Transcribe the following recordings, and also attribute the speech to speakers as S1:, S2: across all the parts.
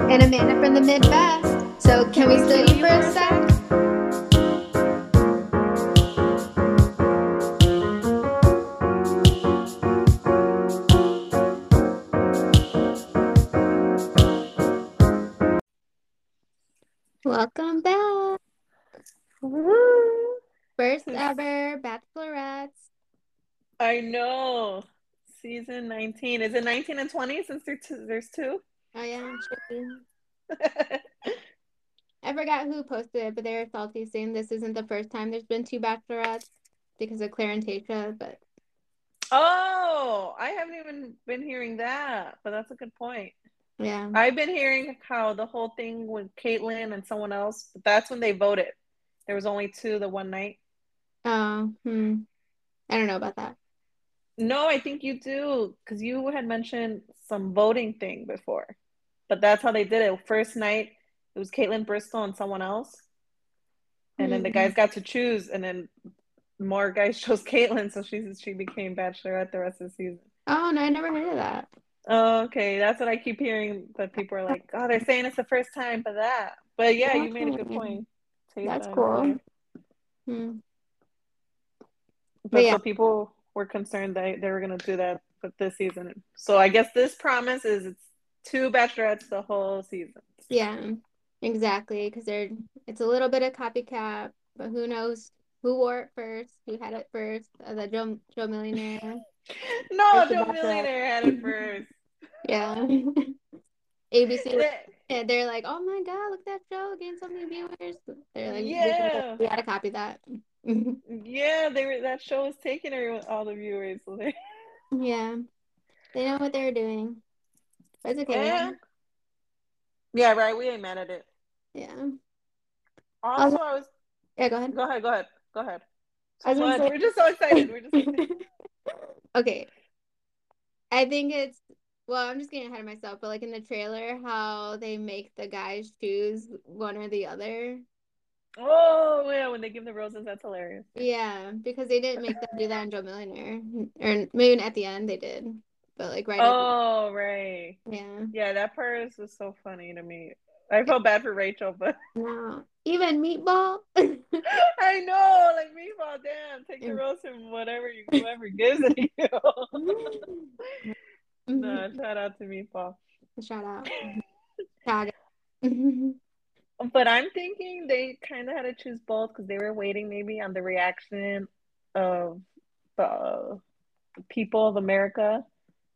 S1: and Amanda from the Midwest. So can we study for a sec? Welcome back. First ever Bachelorettes.
S2: I know. Season 19. Is it 19 and 20 since there two, there's two?
S1: Oh yeah, it should be. I forgot who posted it, but they were salty saying this isn't the first time there's been two bachelorettes because of Claire and Tasha, but
S2: oh, I haven't even been hearing that, but that's a good point.
S1: yeah.
S2: I've been hearing how the whole thing with Caitlyn and someone else, but that's when they voted. There was only two the one night.
S1: Oh, hmm. I don't know about that.
S2: No, I think you do, because you had mentioned some voting thing before. But that's how they did it. First night, it was Caitlyn Bristol and someone else. And then the
S1: Mhm.
S2: guys got to choose, and then more guys chose Caitlyn, so she she became Bachelorette the rest of the season. Oh,
S1: Oh no, I never heard of that.
S2: Okay, that's what I keep hearing that people are like, oh, they're saying it's the first time for that. But yeah, you made a good
S1: Yeah.
S2: point.
S1: That's
S2: Taysa and
S1: cool.
S2: Amanda.
S1: Hmm.
S2: But
S1: yeah.
S2: so people were concerned that they were going to do that but this season. So I guess this promise is it's two bachelorettes the whole season.
S1: Yeah, exactly. Because they're it's a little bit of copycat, but who knows who wore it first, who had it first, uh, the Joe Joe Millionaire.
S2: No,
S1: It's a
S2: Joe
S1: bachelorette.
S2: Millionaire had it first.
S1: Yeah. ABC was
S2: That-
S1: Yeah, they're like, oh my god, look at that show gained so many viewers. They're like, we
S2: Yeah.
S1: gotta, we gotta copy that.
S2: Yeah, they were that show was taking everyone, all the viewers. So they,
S1: yeah, they know what they're doing. But it's okay.
S2: yeah. yeah, right. We ain't mad at it.
S1: Yeah.
S2: Also, I was
S1: Yeah. Go ahead.
S2: Go ahead, go ahead, go ahead.
S1: I was
S2: So
S1: gonna
S2: much.
S1: say-
S2: We're just so excited. We're just excited.
S1: okay. I think it's well, I'm just getting ahead of myself, but like in the trailer, how they make the guys choose one or the other.
S2: Oh yeah, when they give the roses, that's hilarious.
S1: Yeah, because they didn't make them do that in Joe Millionaire, or maybe at the end they did, but like right. at
S2: Oh right,
S1: the yeah.
S2: yeah, that part was just so funny to me. I felt bad for Rachel, but
S1: No, even meatball.
S2: I know, like meatball, damn, take the rose from whatever you whoever gives it to you. no, shout out to meatball.
S1: Shout out. Shout out.
S2: But I'm thinking they kind of had to choose both because they were waiting maybe on the reaction of the people of America.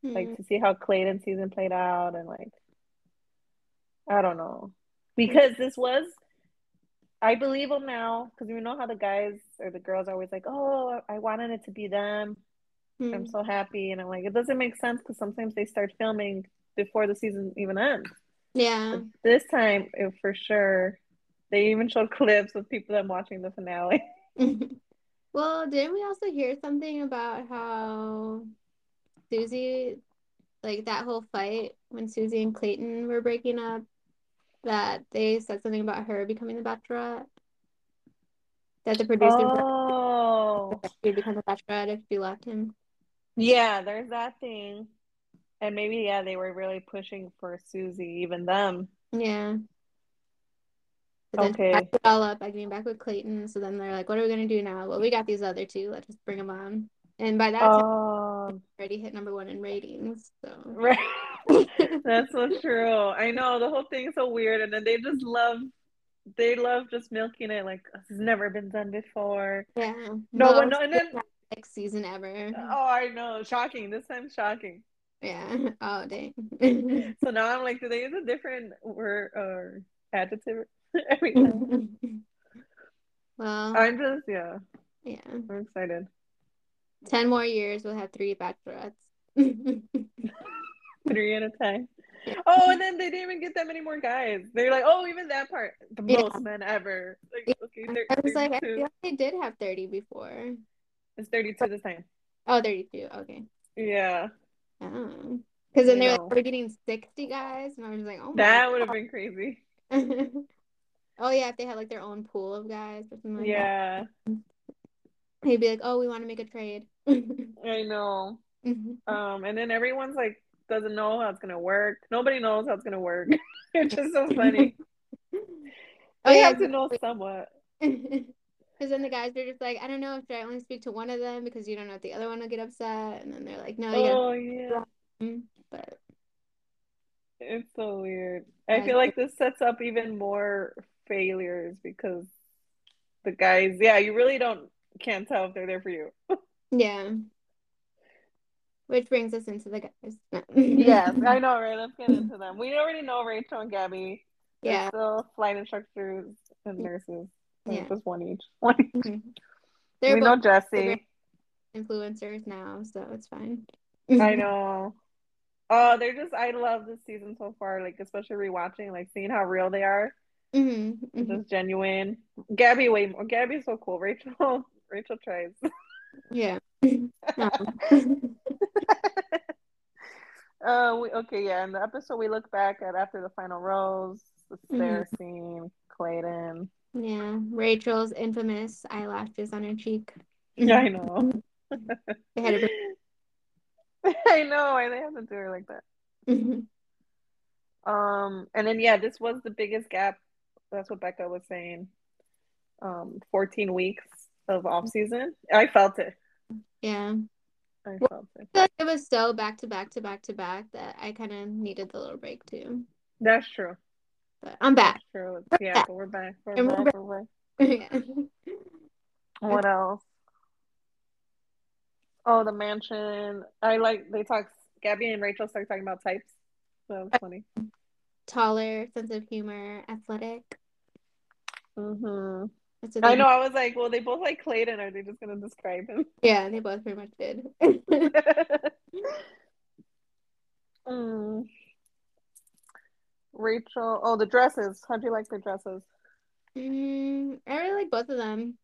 S1: Mm-hmm.
S2: like to see how Clayton season played out and like I don't know because this was I believe them now because we know how the guys or the girls are always like oh I wanted it to be them
S1: Mm-hmm.
S2: I'm so happy and I'm like it doesn't make sense because sometimes they start filming before the season even ends
S1: yeah.
S2: this time it, for sure they even showed clips of people that watching the finale
S1: well, didn't we also hear something about how Susie, like that whole fight when Susie and Clayton were breaking up, that they said something about her becoming the bachelorette? That the producer
S2: oh
S1: would become the bachelorette if she left him.
S2: Yeah, there's that thing. And maybe, yeah, they were really pushing for Susie, even them.
S1: Yeah. But then
S2: Okay.
S1: I put it all up by getting back with Clayton. So then they're like, what are we going to do now? Well, we got these other two. Let's just bring them on. And by that time,
S2: Oh,
S1: we already hit number one in ratings. So,
S2: right. That's so true. I know the whole thing's so weird. And then they just love, they love just milking it like this has never been done before.
S1: yeah.
S2: No, but
S1: Most
S2: no, and then,
S1: like season ever.
S2: oh, I know, shocking. This time, shocking.
S1: Yeah. Oh, dang.
S2: So now I'm like, do they use a different word or adjective every time?
S1: well,
S2: I'm just, yeah,
S1: yeah.
S2: I'm excited.
S1: 10 more years, we'll have three bachelorettes.
S2: three at a time. Oh, and then they didn't even get that many more guys. They're like, oh, even that part, the
S1: Yeah.
S2: most men ever. Like, okay, thir-
S1: I was like, I
S2: 32.
S1: feel like they did have 30 before.
S2: it's 32 this time.
S1: Oh, 32. Okay.
S2: Yeah,
S1: Oh. Because then
S2: I
S1: they're
S2: know.
S1: like, we're getting 60 guys. And I was just like, oh, my
S2: that would have been crazy.
S1: oh yeah, if they had like their own pool of guys or something like that.
S2: Yeah,
S1: They'd be like, Oh, we want to make a trade. Oh,
S2: I know. Um, and then everyone's like doesn't know how it's gonna work. Nobody knows how it's gonna work. it's just so funny.
S1: oh
S2: They
S1: yeah,
S2: have to know somewhat.
S1: because then the guys are just like, I don't know if should I only speak to one of them because you don't know if the other one will get upset, and then they're like, no, yeah,
S2: Oh yeah.
S1: but
S2: It's so weird.
S1: Yeah,
S2: I feel like
S1: it's
S2: this sets up even more failures because the guys, yeah, you really don't can't tell if they're there for you.
S1: yeah. Which brings us into the guys.
S2: Yes, I know, right? Let's get into them. We already know Rachel and Gabby. They're
S1: yeah,
S2: still flight instructors and nurses. So
S1: Yeah.
S2: Just one each. One each.
S1: Mhm. they're
S2: we know
S1: both
S2: Jesse.
S1: influencers now, so it's fine.
S2: I know. Oh, they're just I love this season so far, like especially rewatching, like seeing how real they are.
S1: hmm
S2: Just genuine. Gabby way more Gabby's so cool. Rachel Rachel tries. Mm-hmm.
S1: Yeah. No.
S2: Uh, we, okay, yeah. In the episode, we look back at after the final rose, the stair scene, Clayton.
S1: yeah, Rachel's infamous eyelashes on her cheek.
S2: Yeah, I know.
S1: They had a
S2: I know. Why they have to do her like that? Um, and then yeah, this was the biggest gap. That's what Becca was saying. Um, fourteen weeks of off season. I felt it.
S1: yeah.
S2: I felt it.
S1: feel like it was so back to back to back to back that I kind of needed the little break too.
S2: That's true.
S1: But I'm back.
S2: That's true. Yeah, but we're back. We're
S1: And we're
S2: back.
S1: back.
S2: We're back.
S1: yeah.
S2: What else? Oh, the mansion. I like they talk. Gabby and Rachel start talking about types. So that was funny.
S1: Taller, sense of humor, athletic.
S2: hmm
S1: That's what
S2: I
S1: they-
S2: know. I was like, well, they both like Clayton. Are they just gonna describe him?
S1: Yeah, they both pretty much did.
S2: Mm. Rachel. Oh, the dresses. How'd you like the dresses?
S1: Mm, I really like both of them.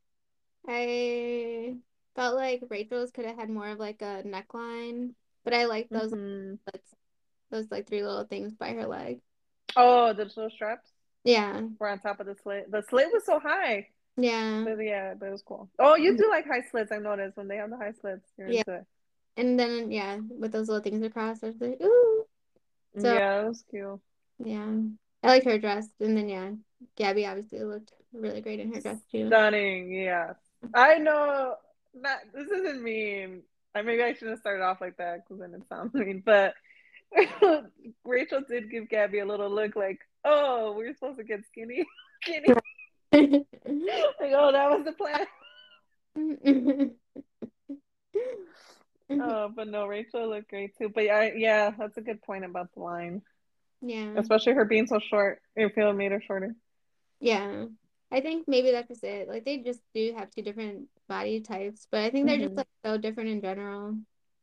S1: I felt like Rachel's could have had more of like a neckline, but I like those
S2: Mhm.
S1: those like three little things by her leg.
S2: Oh, the little straps
S1: Yeah,
S2: were on top of the slit. The slit was so high.
S1: yeah.
S2: But yeah, but it was cool. Oh, you do like high slits. I noticed when they have the high slits. You're
S1: Yeah.
S2: into it.
S1: And then yeah, with those little things across, I was like, ooh, So-
S2: yeah, it was cute.
S1: yeah. I like her dress, and then yeah, Gabby obviously looked really great in her dress too.
S2: Stunning, yeah. I know not this isn't mean. I maybe I shouldn't have started off like that because then it sounds mean. But Rachel did give Gabby a little look like, "Oh, we were supposed to get skinny, skinny." Like, oh, that was the plan. Oh, but no, Rachel looked great too. But yeah, yeah, that's a good point about the line,
S1: Yeah.
S2: especially her being so short. It feel made her shorter.
S1: Yeah. I think maybe that's just it. Like they just do have two different body types, but I think they're just
S2: Mhm.
S1: like so different in general.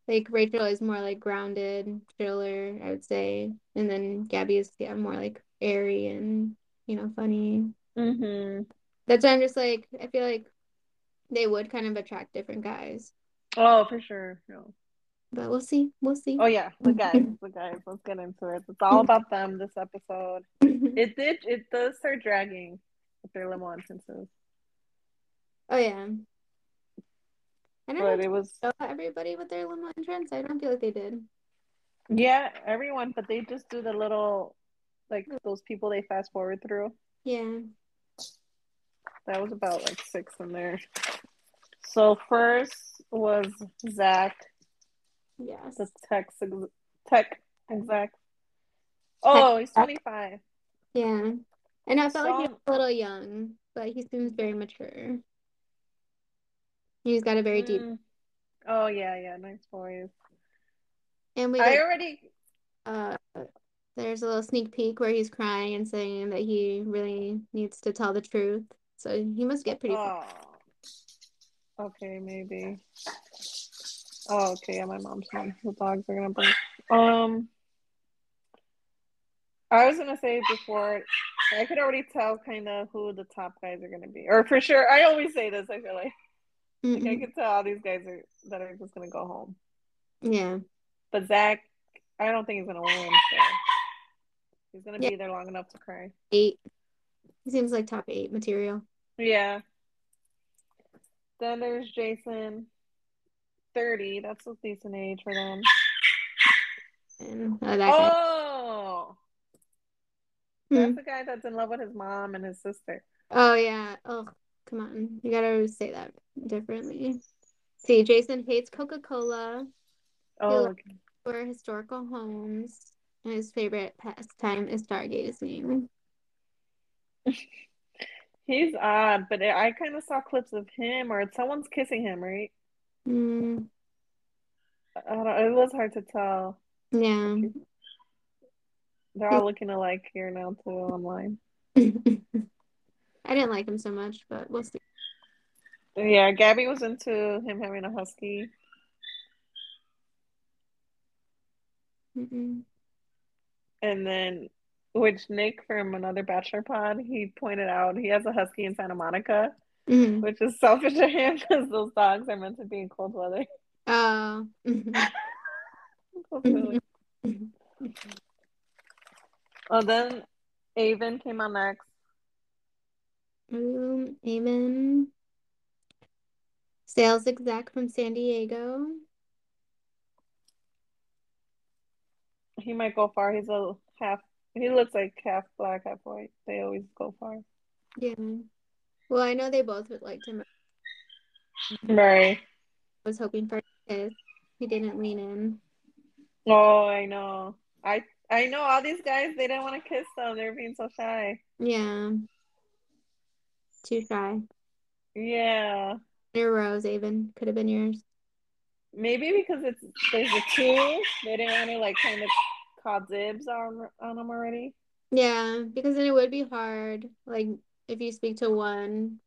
S1: Like Rachel is more like grounded, chiller, I would say. And then Gabby is yeah, more like airy and, you know, funny.
S2: Mm-hmm.
S1: That's why I'm just like I feel like they would kind of attract different guys.
S2: Oh, for sure. No.
S1: But we'll see. We'll see.
S2: Oh yeah, the guys, the guys. Let's get into it. It's all about them this episode. It did. It does start dragging with their limo entrances,
S1: Oh yeah. I don't know
S2: but
S1: if
S2: it was
S1: they show everybody with their limo entrance. I don't feel like they did.
S2: yeah, everyone. But they just do the little like those people they fast forward through.
S1: Yeah.
S2: That was about like six in there. So first was Zach,
S1: Yes.
S2: the tech ex- tech exec. Oh, he's twenty five.
S1: Yeah. And I felt like he
S2: So-
S1: was a little young, but he seems very mature. He's got a very
S2: Mm.
S1: deep.
S2: Oh yeah, yeah, nice voice.
S1: And we
S2: I
S1: get,
S2: already
S1: uh, there's a little sneak peek where he's crying and saying that he really needs to tell the truth. So he must get pretty.
S2: Oh. Okay, maybe. Oh, okay. Yeah, my mom's home. The dogs are gonna bark. Um, I was gonna say before, I could already tell kind of who the top guys are gonna be, or for sure. I always say this. I feel like, like I
S1: Mm-mm.
S2: could tell all these guys are that are just gonna go home.
S1: Yeah.
S2: But Zach, I don't think he's gonna win. So he's gonna be there long enough to cry.
S1: Eight. He seems like top eight material.
S2: Yeah. Then there's Jason, thirty. That's a decent age for them.
S1: Yeah. Clayton. Oh, that guy.
S2: Oh, that's the guy that's in love with his mom and his sister.
S1: Oh yeah. Oh, come on. You gotta say that differently. See, Jason hates Coca-Cola
S2: Oh,
S1: like- or historical homes, and his favorite pastime is stargazing.
S2: he's odd, but I I kind of saw clips of him or someone's kissing him, right?
S1: Mm,
S2: I don't, it was hard to tell.
S1: yeah.
S2: They're all looking alike here now too online.
S1: I didn't like him so much, but we'll see.
S2: Yeah, Gabby was into him having a husky.
S1: Mm-mm.
S2: And then, which Nick from another Bachelor Pod, he pointed out he has a husky in Santa Monica,
S1: Mm.
S2: which is selfish of him because those dogs are meant to be in cold weather.
S1: Oh.
S2: oh, then Avon came on next.
S1: Um, Amen. Sales exec from San Diego.
S2: He might go far. He's a half. He looks like half black, half white. They always go far.
S1: Yeah. Well, I know they both would like him.
S2: Right.
S1: I was hoping for his. He didn't lean in.
S2: Oh, I know. I I know all these guys. They didn't want to kiss them. They were being so shy.
S1: Yeah. Too shy.
S2: Yeah.
S1: Your rose, Aven. Could have been yours.
S2: Maybe because it's there's a two, they didn't want to like kind of call dibs on on them already.
S1: Yeah, because then it would be hard. Like, if you speak to one,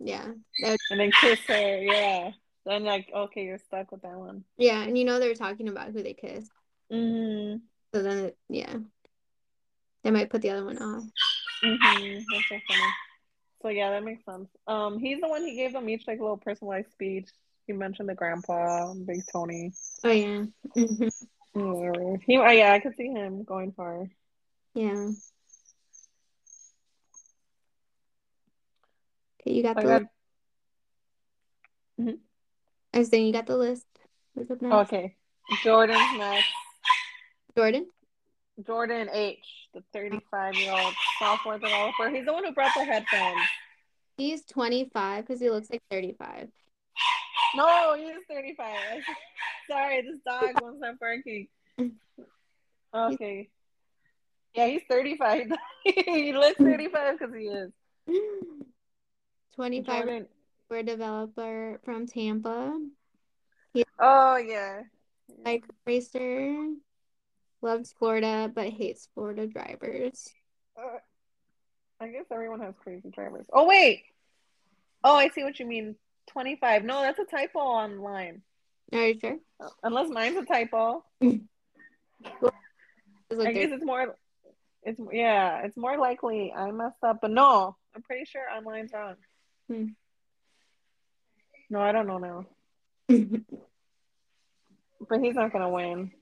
S1: yeah.
S2: And then kiss her, yeah. Then like, okay, you're stuck with that one.
S1: Yeah, and you know they're talking about who they kissed.
S2: hmm
S1: So then, it, yeah, they might put the other one off.
S2: hmm That's so funny. So yeah, that makes sense. Um, he's the one he gave them each like little personalized speech. He mentioned the grandpa, and Big Tony.
S1: Oh yeah, Mhm.
S2: Mm, He, oh, yeah, I could see him going far.
S1: yeah. Okay, you got
S2: I
S1: the.
S2: got
S1: list. I was saying you got the list. What's up next?
S2: Oh, okay. Jordan's next.
S1: Jordan.
S2: Jordan H, the 35 year old software developer. He's the one who brought the headphones.
S1: He's 25 because he looks like 35.
S2: No, he's 35. Sorry, this dog won't stop barking. Okay. Yeah, he's 35. he looks 35 because he is.
S1: 25
S2: Jordan.
S1: software developer from Tampa.
S2: Oh, yeah.
S1: Bike racer. Loves Florida but hates Florida drivers.
S2: Uh, I guess everyone has crazy drivers. Oh, wait. Oh, I see what you mean. 25. No, that's a typo online.
S1: Are you sure?
S2: Unless mine's a typo.
S1: He's
S2: I
S1: like
S2: guess it's more. It's yeah. It's more likely I messed up, but no, I'm pretty sure online's wrong.
S1: Hmm.
S2: No, I don't know now.
S1: 30.
S2: But he's not gonna win.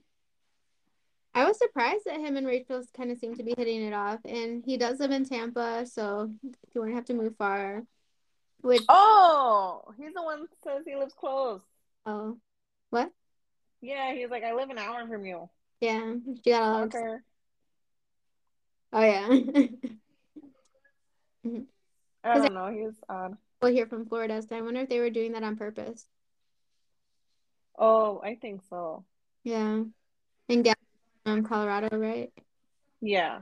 S1: I was surprised that him and Rachel kind of seem to be hitting it off, and he does live in Tampa, so he wouldn't have to move far. Which
S2: Oh, he's the one that says he lives close.
S1: oh, what?
S2: Yeah, he's like I live an hour from you.
S1: Yeah, she got all. ex-
S2: Fucker.
S1: Oh yeah.
S2: I don't know. He's odd.
S1: well, here from Florida, so I wonder if they were doing that on purpose.
S2: Oh, I think so.
S1: Yeah, and Gab from Colorado, right?
S2: Yeah.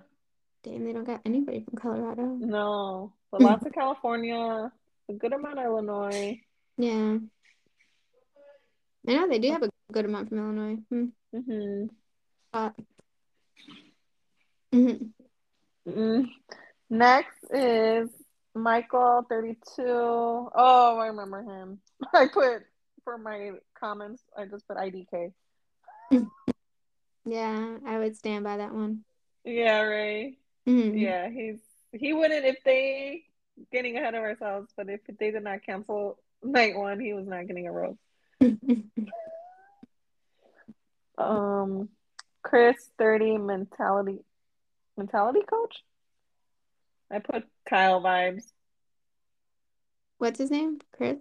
S1: Damn, they don't got anybody from Colorado.
S2: No, but lots of California. A good amount of Illinois.
S1: Yeah, I know they do have a good amount from Illinois. Hmm.
S2: hmm
S1: Mhm.
S2: Mm. Next is Michael, 32. Oh, I remember him. I put for my comments, I just put IDK.
S1: Yeah, I would stand by that one.
S2: Yeah, right.
S1: Mhm.
S2: Yeah, he's he wouldn't if they getting ahead of ourselves, but if they did not cancel night one, he was not getting a rose. Um, Chris, 30 mentality mentality coach. I put Kyle vibes.
S1: What's his name? Chris.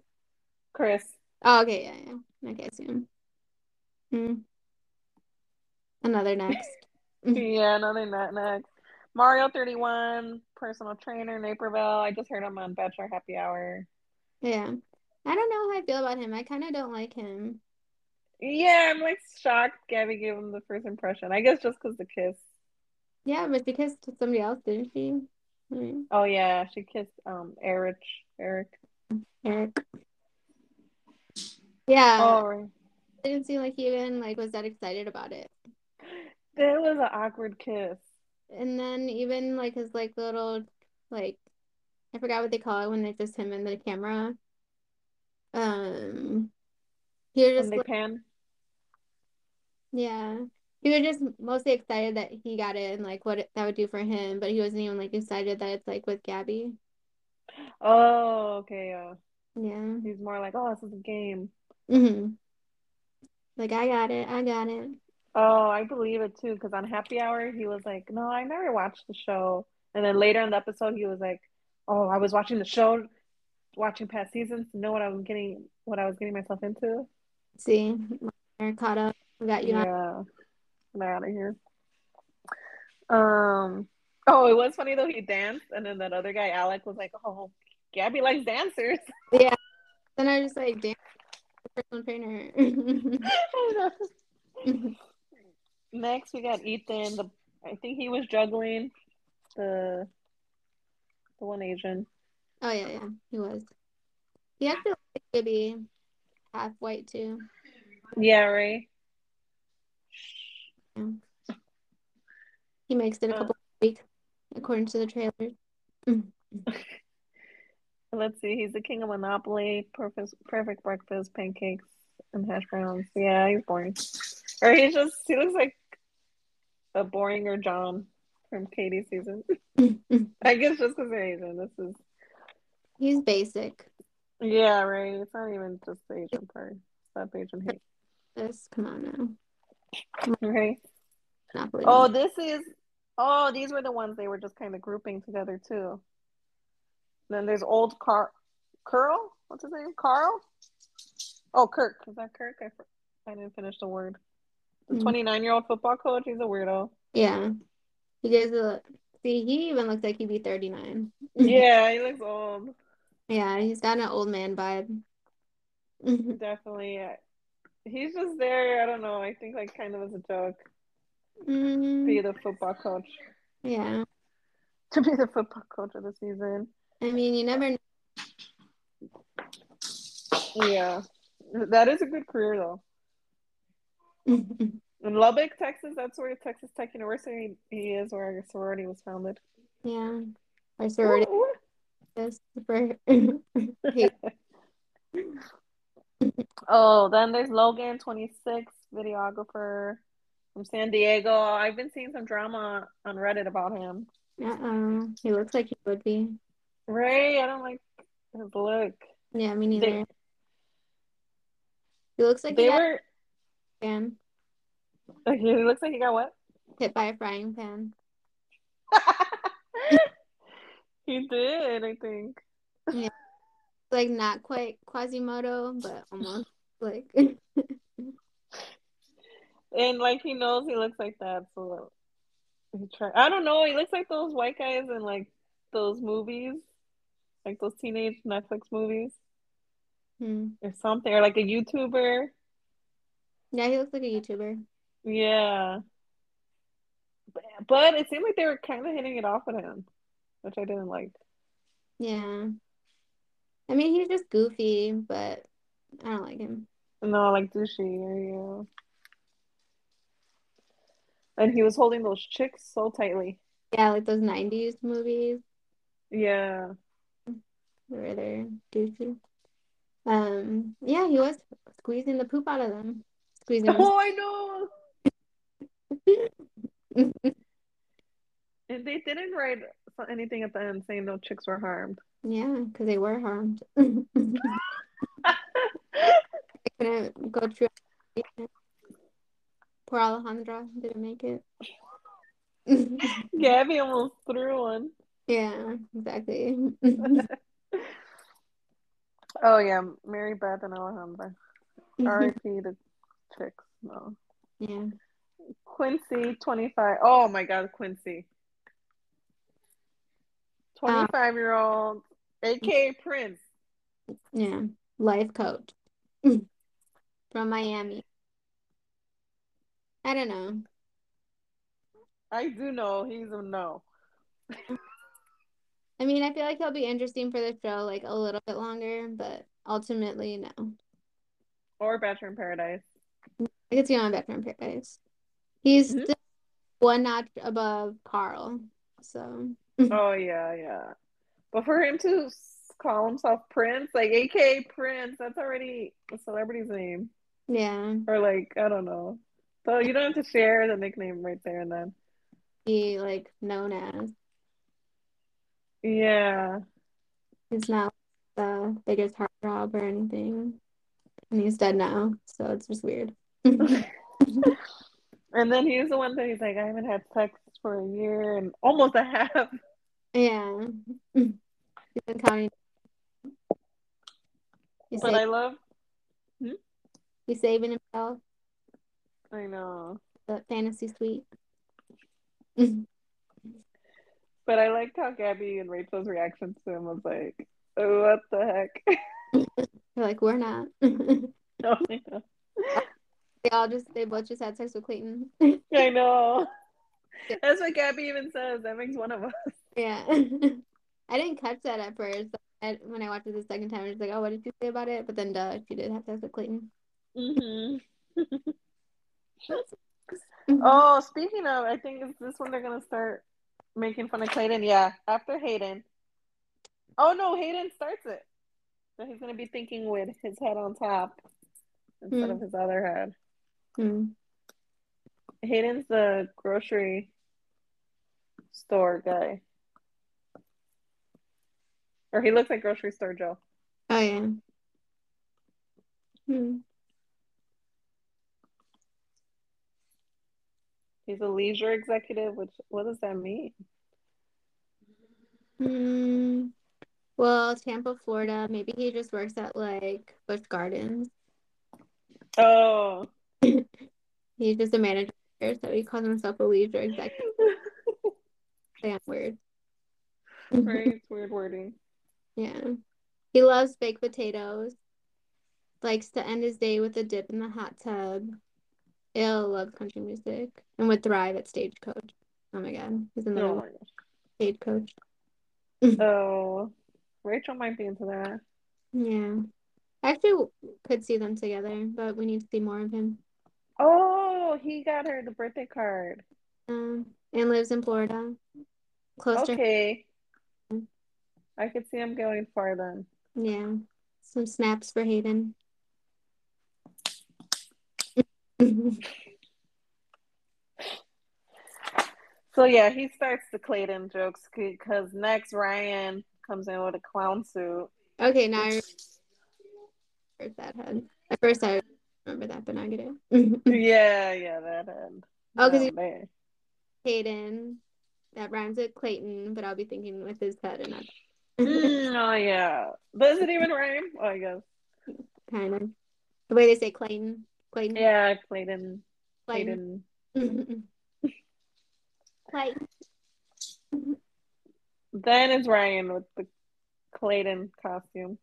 S2: Chris,
S1: Oh, okay, yeah, yeah. Okay, I see him. Mm. Mm-hmm. Another next.
S2: yeah, another not next. Mario 31, personal trainer, Naperville. I just heard him on Bachelor Happy Hour.
S1: Yeah. I don't know how I feel about him. I kind of don't like him.
S2: Yeah, I'm like shocked Gabby gave him the first impression. I guess just because the kiss.
S1: Yeah, but she kissed somebody else, didn't she? Hmm.
S2: Oh, yeah, she kissed um Eric. Eric.
S1: Eric. Yeah.
S2: Oh, right.
S1: It didn't seem like he even like was that excited about it.
S2: that was an awkward kiss.
S1: And then even like his like little like I forgot what they call it when it's just him and the camera. Um he was
S2: When
S1: just
S2: they
S1: like,
S2: pan.
S1: yeah. He was just mostly excited that he got it and like what it, that would do for him, but he wasn't even like excited that it's like with Gabby.
S2: Oh, okay. Yeah.
S1: Yeah.
S2: He's more like, oh, this is a game.
S1: hmm Like I got it, I got it.
S2: Oh, I believe it too. Because on Happy Hour, he was like, no, I never watched the show. And then later in the episode, he was like, oh, I was watching the show, watching past seasons to know what I was getting, what I was getting myself into.
S1: See, we're caught up. We got you on.
S2: Yeah, get out of here. Um. Oh, it was funny though. He danced, and then that other guy, Alec, was like, "Oh, Gabby likes dancers."
S1: Then I was just like, damn, personal trainer.
S2: Next, we got Ethan. The I think he was juggling the the one Asian.
S1: Oh yeah, yeah, he was. He actually looked to be half white too.
S2: Yeah, right.
S1: He makes it a
S2: Uh.
S1: couple a week, according to the trailer.
S2: Let's see. He's the king of Monopoly. Perfect, perfect breakfast, pancakes, and hash browns. Yeah, he's boring. Or he's just he looks like a boring or John from Katie's season. I guess just because they're Asian. This is
S1: He's basic.
S2: yeah, right. It's not even just the Asian part. Stop Asian hate,
S1: This come on now.
S2: right?
S1: Not believing
S2: Oh,
S1: it.
S2: this is. Oh, these were the ones they were just kind of grouping together too. Then there's old Car, Curl. What's his name? Carl. Oh, Kirk. Is that Kirk? I, for- I didn't finish the word. The
S1: Mhm.
S2: 29 year old football coach. He's a weirdo.
S1: yeah. He gives a see. He even looks like he'd be thirty nine.
S2: Yeah, he looks old.
S1: yeah, he's got an old man vibe.
S2: Definitely. He's just there. I don't know. I think like kind of as a joke. to Be
S1: Mm,
S2: the football coach.
S1: yeah,
S2: To be the football coach of the season.
S1: I mean, you never. know.
S2: Yeah, that is a good career though. In Lubbock, Texas, that's where Texas Tech University he is, where our sorority was founded.
S1: yeah, our sorority
S2: Ooh,
S1: is for. Hey,
S2: ooh. oh, then there's Logan, 26, videographer from San Diego. I've been seeing some drama on Reddit about him.
S1: uh-uh. He looks like he would be.
S2: Ray, I don't like his look.
S1: Yeah, me
S2: They-
S1: neither. he looks like he
S2: They
S1: got
S2: were.
S1: a fan
S2: Like, he looks like he got what?
S1: hit by a frying pan.
S2: he did, I think.
S1: Like not quite Quasimodo, but almost like
S2: And like he knows he looks like that, so he try. I don't know. He looks like those white guys in like those movies, like those teenage Netflix movies
S1: hmm.
S2: or something, or like a YouTuber.
S1: Yeah, he looks like a YouTuber.
S2: Yeah, but, but it seemed like they were kind of hitting it off with him, which I didn't like.
S1: Yeah. I mean he's just goofy, but I don't like him.
S2: No, like douchey. Yeah, and he was holding those chicks so tightly.
S1: Yeah, like those nineties movies
S2: Yeah,
S1: where they're douchey. Um yeah, he was squeezing the poop out of them. Squeezing them.
S2: oh, I know. And they didn't write anything at the end saying no chicks were harmed.
S1: Yeah, because they were harmed. I couldn't go through. Poor Alejandra didn't make it.
S2: Gabby almost threw one.
S1: yeah, exactly.
S2: Oh yeah, Mary Beth and Alejandra. R.I.P. the chicks. No,
S1: yeah,
S2: Quincy, 25. Oh my God, Quincy. 25 year old, aka Prince.
S1: Yeah, life coach from Miami. I don't know.
S2: I do know he's a no.
S1: I mean, I feel like he'll be interesting for the show like a little bit longer, but ultimately, no.
S2: Or Bachelor in Paradise.
S1: I could see him on Bachelor in Paradise. He's
S2: Mhm.
S1: still one notch above Carl, so
S2: Oh, yeah, yeah. But for him to s- call himself Prince, like AKA Prince, that's already a celebrity's name.
S1: yeah,
S2: Or like, I don't know. So you don't have to share the nickname right there and then.
S1: he like known as.
S2: Yeah.
S1: He's not the biggest heart job or anything, and he's dead now, so it's just weird.
S2: And then he's the one that he's like, I haven't had sex for a year and almost a half.
S1: Yeah. He's been counting. He's,
S2: But
S1: sa-
S2: I love,
S1: he's saving himself
S2: I know.
S1: the fantasy suite.
S2: But I liked how Gabby and Rachel's reaction to him was like, oh, what the heck?
S1: They're like, we're not. they
S2: Oh, I know.
S1: all just, they both just had sex with Clayton.
S2: I know. That's what Gabby even says. That makes one of us.
S1: yeah. I didn't catch that at first. I, when I watched it the second time, I was like, oh, what did you say about it? But then, duh, she did have sex with Clayton.
S2: hmm Oh, speaking of, I think is this when they're gonna start making fun of Clayton. Yeah, after Hayden. Oh no, Hayden starts it. So he's gonna be thinking with his head on top instead
S1: Hmm.
S2: of his other head.
S1: Hmm.
S2: Hayden's the grocery store guy. Or he looks like grocery store Joe.
S1: Oh, yeah. Hmm.
S2: He's a leisure executive, which what does that mean?
S1: Hmm. Well, Tampa, Florida. Maybe he just works at like Busch Gardens.
S2: Oh.
S1: He's just a manager, so he calls himself a leisure executive. Damn weird.
S2: right, it's weird wording.
S1: Yeah. He loves baked potatoes. Likes to end his day with a dip in the hot tub. Ill loves country music and would thrive at stagecoach. Oh my god, he's in the
S2: Oh
S1: middle of
S2: my gosh.
S1: stagecoach.
S2: Oh. Rachel might be into that.
S1: Yeah, I actually could see them together, but we need to see more of him.
S2: Oh, he got her the birthday card.
S1: Um, and lives in Florida, close to her.
S2: Okay. I could see him going far then.
S1: Yeah, some snaps for Hayden.
S2: So yeah, he starts the Clayton jokes because next Ryan comes in with a clown suit.
S1: Okay, now I remember that head. At first, I remember that, but now I get it.
S2: Yeah, yeah, that end.
S1: Oh, 'cause
S2: Um,
S1: he-
S2: there.
S1: Hayden, that rhymes with Clayton, but I'll be thinking with his head and not
S2: Mm, oh yeah. Does it even rhyme? Oh, I guess.
S1: kind of the way they say Clayton, Clayton,
S2: Yeah, Clayton.
S1: Clayton,
S2: Clayton.
S1: Clayton.
S2: Then it's Ryan with the Clayton costume.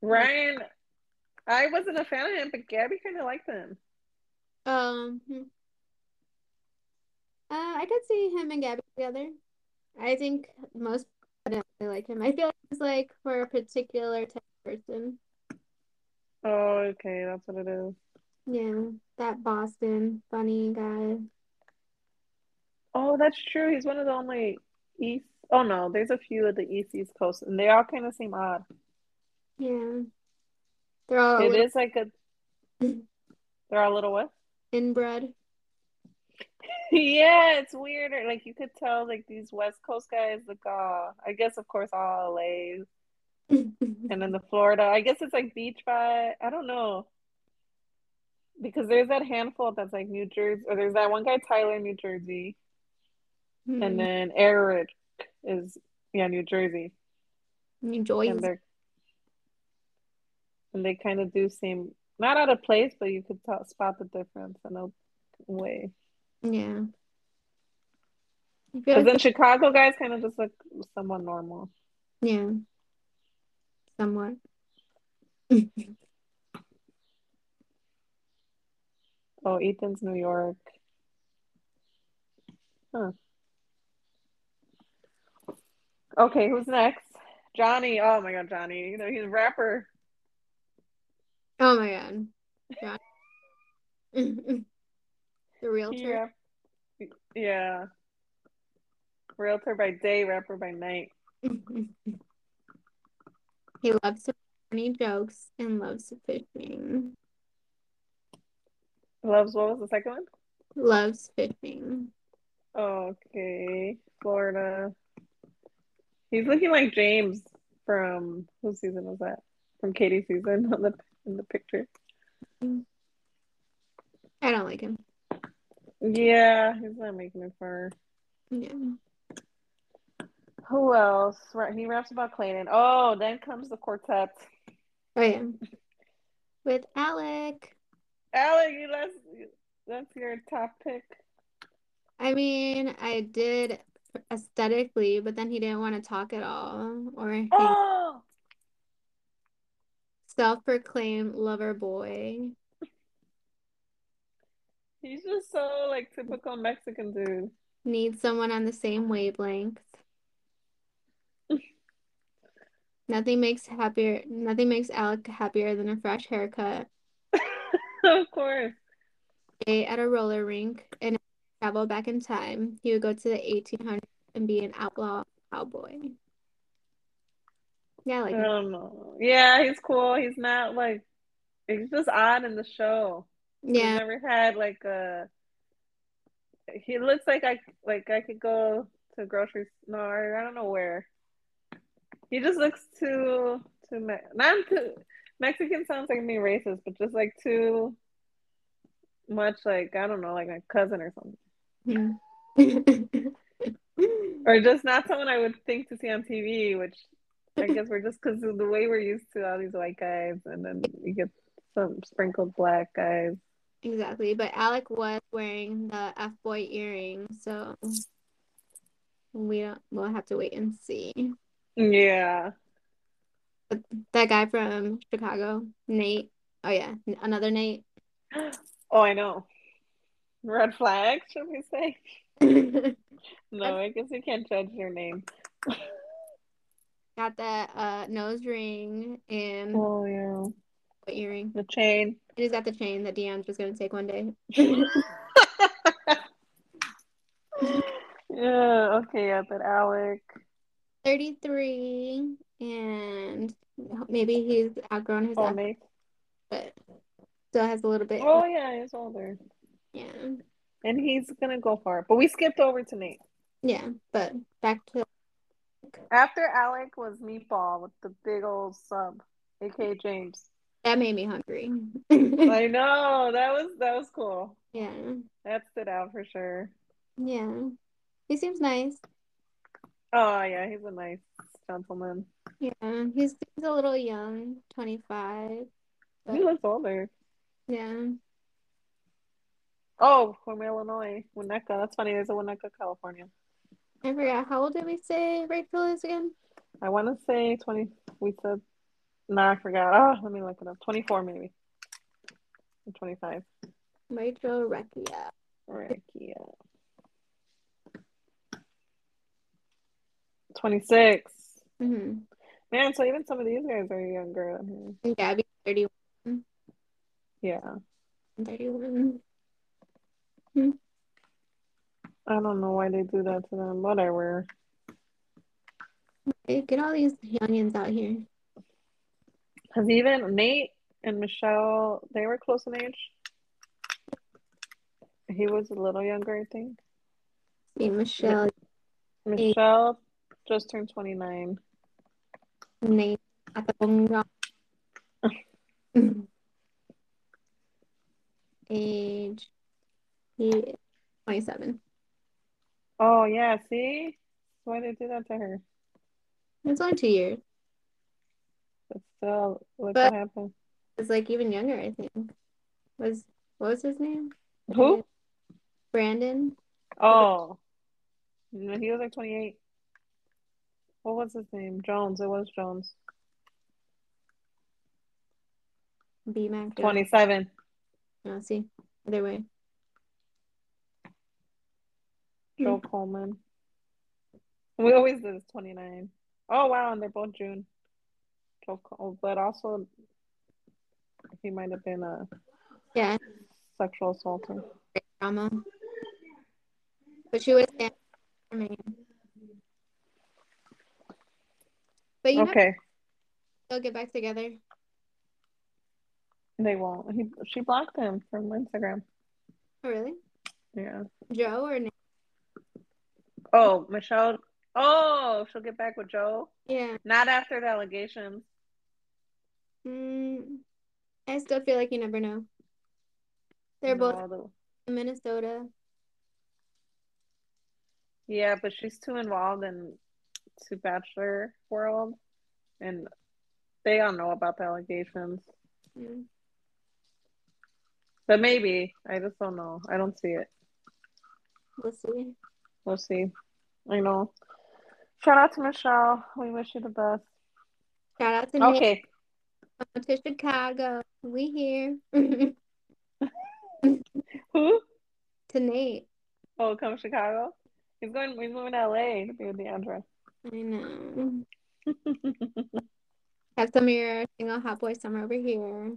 S2: Ryan, I wasn't a fan of him, but Gabby kind of liked him.
S1: Um, hmm. uh, I could see him and Gabby together. I think most people definitely like him. I feel like he's like for a particular type of person.
S2: Oh, okay, that's what it is.
S1: Yeah, that Boston funny guy.
S2: Oh, that's true. He's one of the only East. Oh no, there's a few of the East East Coast, and they all kind of seem odd.
S1: Yeah, they're all a
S2: It
S1: little
S2: is like a. Oh, They're all a little what?
S1: inbred.
S2: yeah, it's weirder. Like you could tell, like these West Coast guys, like uh, I guess of course all LA, and then the Florida. I guess it's like beach vibe. I don't know. Because there's that handful that's like New Jersey, or there's that one guy Tyler, New Jersey, and
S1: Hmm.
S2: then Eric is yeah New Jersey,
S1: New Joyce.
S2: and they're and they kind of do seem Not out of place, but you could tell, spot the difference in a way.
S1: Yeah. I feel
S2: Because
S1: like-
S2: in Chicago, guys kind of just look somewhat normal.
S1: yeah. Somewhat.
S2: Oh, Ethan's New York. Huh. Okay, who's next? Johnny. Oh my God, Johnny. You know he's a rapper.
S1: Oh my God. Yeah. the realtor.
S2: Rap- uh, yeah. Realtor by day, rapper by night.
S1: he loves to funny jokes and loves fishing.
S2: Loves what was the second one?
S1: Loves fishing.
S2: Okay, Florida. He's looking like James from whose season was that? From Katie's season on the in the picture.
S1: I don't like him.
S2: Yeah, he's not making it far.
S1: Yeah.
S2: Who else? Right, he raps about Clayton. Oh, then comes the quartet.
S1: Oh yeah. With Alec.
S2: Alec, you that's that's your top pick.
S1: I mean, I did aesthetically, but then he didn't want to talk at all or hang-
S2: Oh,
S1: self-proclaimed lover boy.
S2: he's just so like typical Mexican dude.
S1: Needs someone on the same wavelength. Nothing makes happier, nothing makes Alec happier than a fresh haircut,
S2: of course.
S1: day at a roller rink, and travel back in time. He would go to the 1800s and be an outlaw cowboy. Yeah,
S2: I
S1: like
S2: don't know. Yeah, he's cool. He's not like he's just odd in the show. He's
S1: yeah,
S2: never had like a. He looks like I like I could go to grocery. No, I don't know where. He just looks too too me- not too Mexican sounds like me racist, but just like too much like I don't know like my cousin or something, or just not someone I would think to see on TV. Which I guess we're just because of the way we're used to all these white guys, and then you get some sprinkled black guys.
S1: exactly. But Alec was wearing the F boy earring, so we don't, we'll have to wait and see.
S2: Yeah.
S1: That guy from Chicago, Nate. Oh yeah, n- another Nate.
S2: Oh, I know. Red flag, should we say?
S1: Got
S2: No, I guess we can't judge your name.
S1: that uh nose ring and
S2: Oh yeah,
S1: what earring.
S2: the chain.
S1: And he's got the chain that Deanne's was gonna take one day.
S2: Yeah. Okay. Yeah, but Alec.
S1: 33 and maybe he's outgrown his
S2: Oh,
S1: effort,
S2: Nate.
S1: but still has a little bit.
S2: Oh yeah, he's older,
S1: Yeah.
S2: and he's gonna go far. But we skipped over to Nate.
S1: Yeah. But back to
S2: After Alec was Meatball with the big old sub, aka James.
S1: that made me hungry.
S2: I know that was that was cool.
S1: yeah.
S2: That stood out for sure.
S1: Yeah. He seems nice.
S2: Oh yeah, he's a nice gentleman.
S1: Yeah. He's he's a little young, 25. but-
S2: He looks older.
S1: Yeah.
S2: Oh, from Illinois, Winnetka. That's funny. There's a Winnetka, California.
S1: I forgot. How old did we say Rachel is again?
S2: I want to say 20. We said, no, I forgot. Oh, let me look it up. 24, maybe. Or 25.
S1: Rachel Recchia.
S2: Right. Yeah. 26.
S1: hmm
S2: Man, so even some of these guys are younger than him.
S1: And Gabby, 31.
S2: Yeah.
S1: 31.
S2: I don't know why they do that to them. Whatever.
S1: Hey, Get all these youngins out here.
S2: Because even Nate and Michelle, they were close in age. He was a little younger, I think.
S1: See, Michelle,
S2: Michelle just turned 29.
S1: Nate, at the bongo. Age, he is 27.
S2: Oh, yeah, see? Why they do that to her?
S1: It's only two years.
S2: But still, look
S1: But-
S2: what happened.
S1: was like even younger, I think. Was what was his name?
S2: Who?
S1: Brandon.
S2: Oh, No, he was like 28. What was his name? Jones. It was Jones.
S1: B Mac.
S2: 27.
S1: No, see. Other way.
S2: Joe Coleman. We always did this 29. Oh, wow. And they're both June. Joe Cole, but also, he might have been a
S1: Yeah,
S2: sexual assaulter.
S1: drama. But she was dancing for me. But you know
S2: Okay.
S1: they'll get back together.
S2: They won't. He, she blocked him from Instagram.
S1: Oh really?
S2: Yeah.
S1: Joe or Nick?
S2: Oh, Michelle. Oh, she'll get back with Joe.
S1: Yeah.
S2: Not after the allegations.
S1: Mm, I still feel like you never know. They're
S2: and
S1: both
S2: all the-
S1: in Minnesota.
S2: Yeah, but she's too involved in to Bachelor World, and they don't know about the allegations.
S1: Mm.
S2: But maybe I just don't know. I don't see it.
S1: We'll see.
S2: We'll see. I know. Shout out to Michelle. We wish you the best.
S1: Shout out to Nick.
S2: Okay.
S1: Welcome to Chicago. We here.
S2: Who?
S1: to Nate.
S2: Oh, come Chicago. He's going. He's moving to LA to be with Deandra.
S1: I know. Have some of your single hot boy summer over here.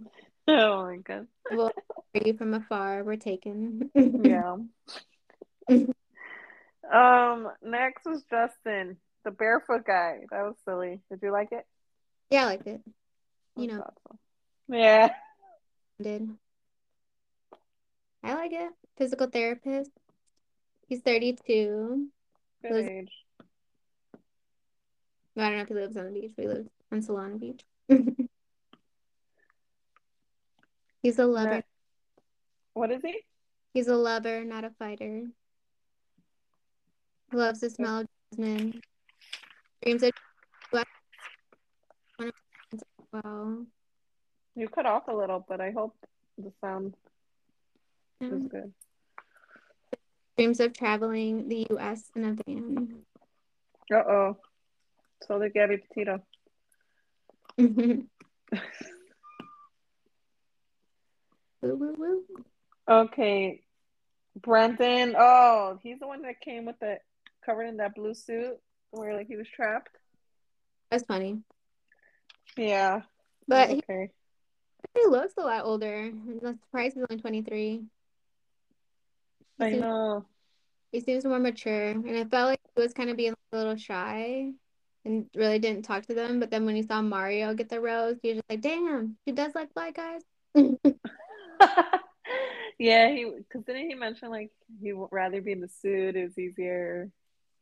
S2: oh my god.
S1: We'll hear you from afar. We're taken.
S2: Yeah. um. Next was Justin, the barefoot guy. That was silly. Did you like it?
S1: yeah, I liked it. You
S2: I
S1: know,
S2: thought so. Yeah.
S1: did. I like it. Physical therapist. He's 32.
S2: Good
S1: Those-
S2: age.
S1: I don't know if he lives on the beach, but he lives on Solana Beach. He's a lover.
S2: Right. What is he?
S1: He's a lover, not a fighter. Loves the smell of jasmine. Dreams of wow.
S2: You cut off a little, but I hope the sound is
S1: Um,
S2: good.
S1: Dreams of traveling the U.S. in a van.
S2: Uh oh. So did Gabby Petito.
S1: woo, woo, woo.
S2: Okay. Brenton. Oh, he's the one that came with the covered in that blue suit where like he was trapped.
S1: That's funny.
S2: Yeah.
S1: But he,
S2: okay.
S1: he looks a lot older. I'm surprised he's only 23. He
S2: I
S1: seems,
S2: know.
S1: he seems more mature. And I felt like he was kind of being a little shy and really didn't talk to them. But then when you saw Mario get the rose, you're just like, damn, he does like black guys.
S2: yeah, he because didn't he mention like he would rather be in the suit, it was easier.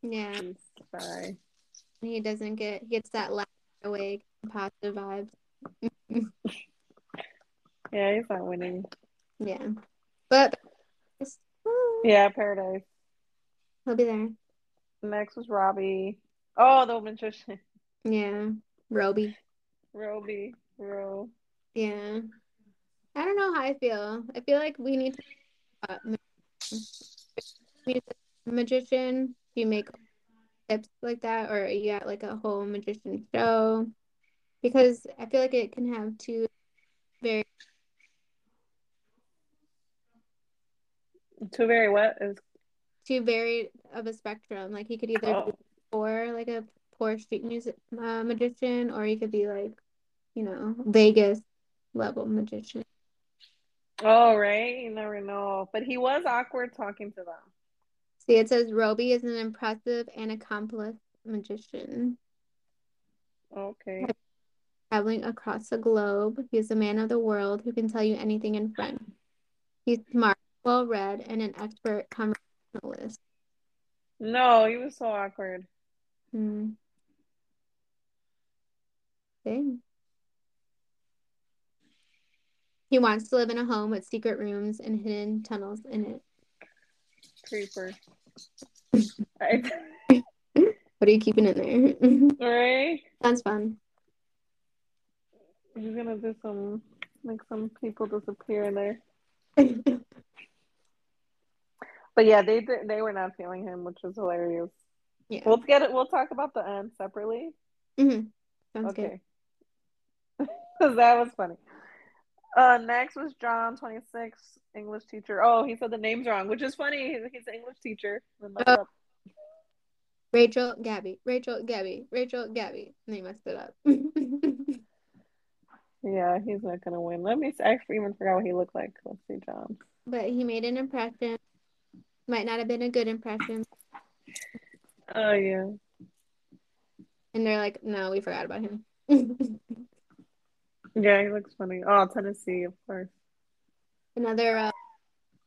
S1: yeah.
S2: He's shy.
S1: And he doesn't get, he gets that lack awake, positive vibes.
S2: Yeah, he's not winning.
S1: Yeah. But
S2: Yeah, paradise.
S1: he'll be there.
S2: Next was Robbie. Oh, the magician.
S1: Yeah. Roby.
S2: Roby. Ro.
S1: Yeah. I don't know how I feel. I feel like we need to uh, ma- need a magician. Do you make tips like that or you got like a whole magician show? Because I feel like it can have two very
S2: Two very what is
S1: two very of a spectrum. Like he could either
S2: oh,
S1: be poor, like a poor street music uh, magician, or he could be like, you know, Vegas level magician.
S2: oh right? You never know. But he was awkward talking to them.
S1: See, it says Roby is an impressive and accomplished magician.
S2: Okay.
S1: traveling across the globe. He is a man of the world who can tell you anything in French. He's smart, well read, and an expert conversationalist.
S2: No, he was so awkward.
S1: Hmm. Dang. He wants to live in a home with secret rooms and hidden tunnels in
S2: Creeper. I,
S1: it. What are you keeping in there?
S2: right?
S1: Sounds fun.
S2: He's gonna do some Make some people disappear in there. But yeah, they did, they were not feeling him, which was hilarious.
S1: Yeah.
S2: We'll get it. We'll talk about the end separately.
S1: Mhm. Sounds
S2: okay.
S1: good.
S2: that was funny. Uh, next was John, 26, English teacher. Oh, he said the name's wrong, which is funny. He's, he's an English teacher. And messed
S1: Oh.
S2: up.
S1: Rachel, Gabby, Rachel, Gabby, Rachel, Gabby. And they messed it up.
S2: Yeah, he's not gonna win. Let me. See. I even forgot what he looked like. Let's see, John.
S1: but he made an impression. Might not have been a good impression.
S2: Oh yeah.
S1: And they're like, no, we forgot about him. Another
S2: Yeah, he looks funny. Oh, Tennessee, of course.
S1: uh,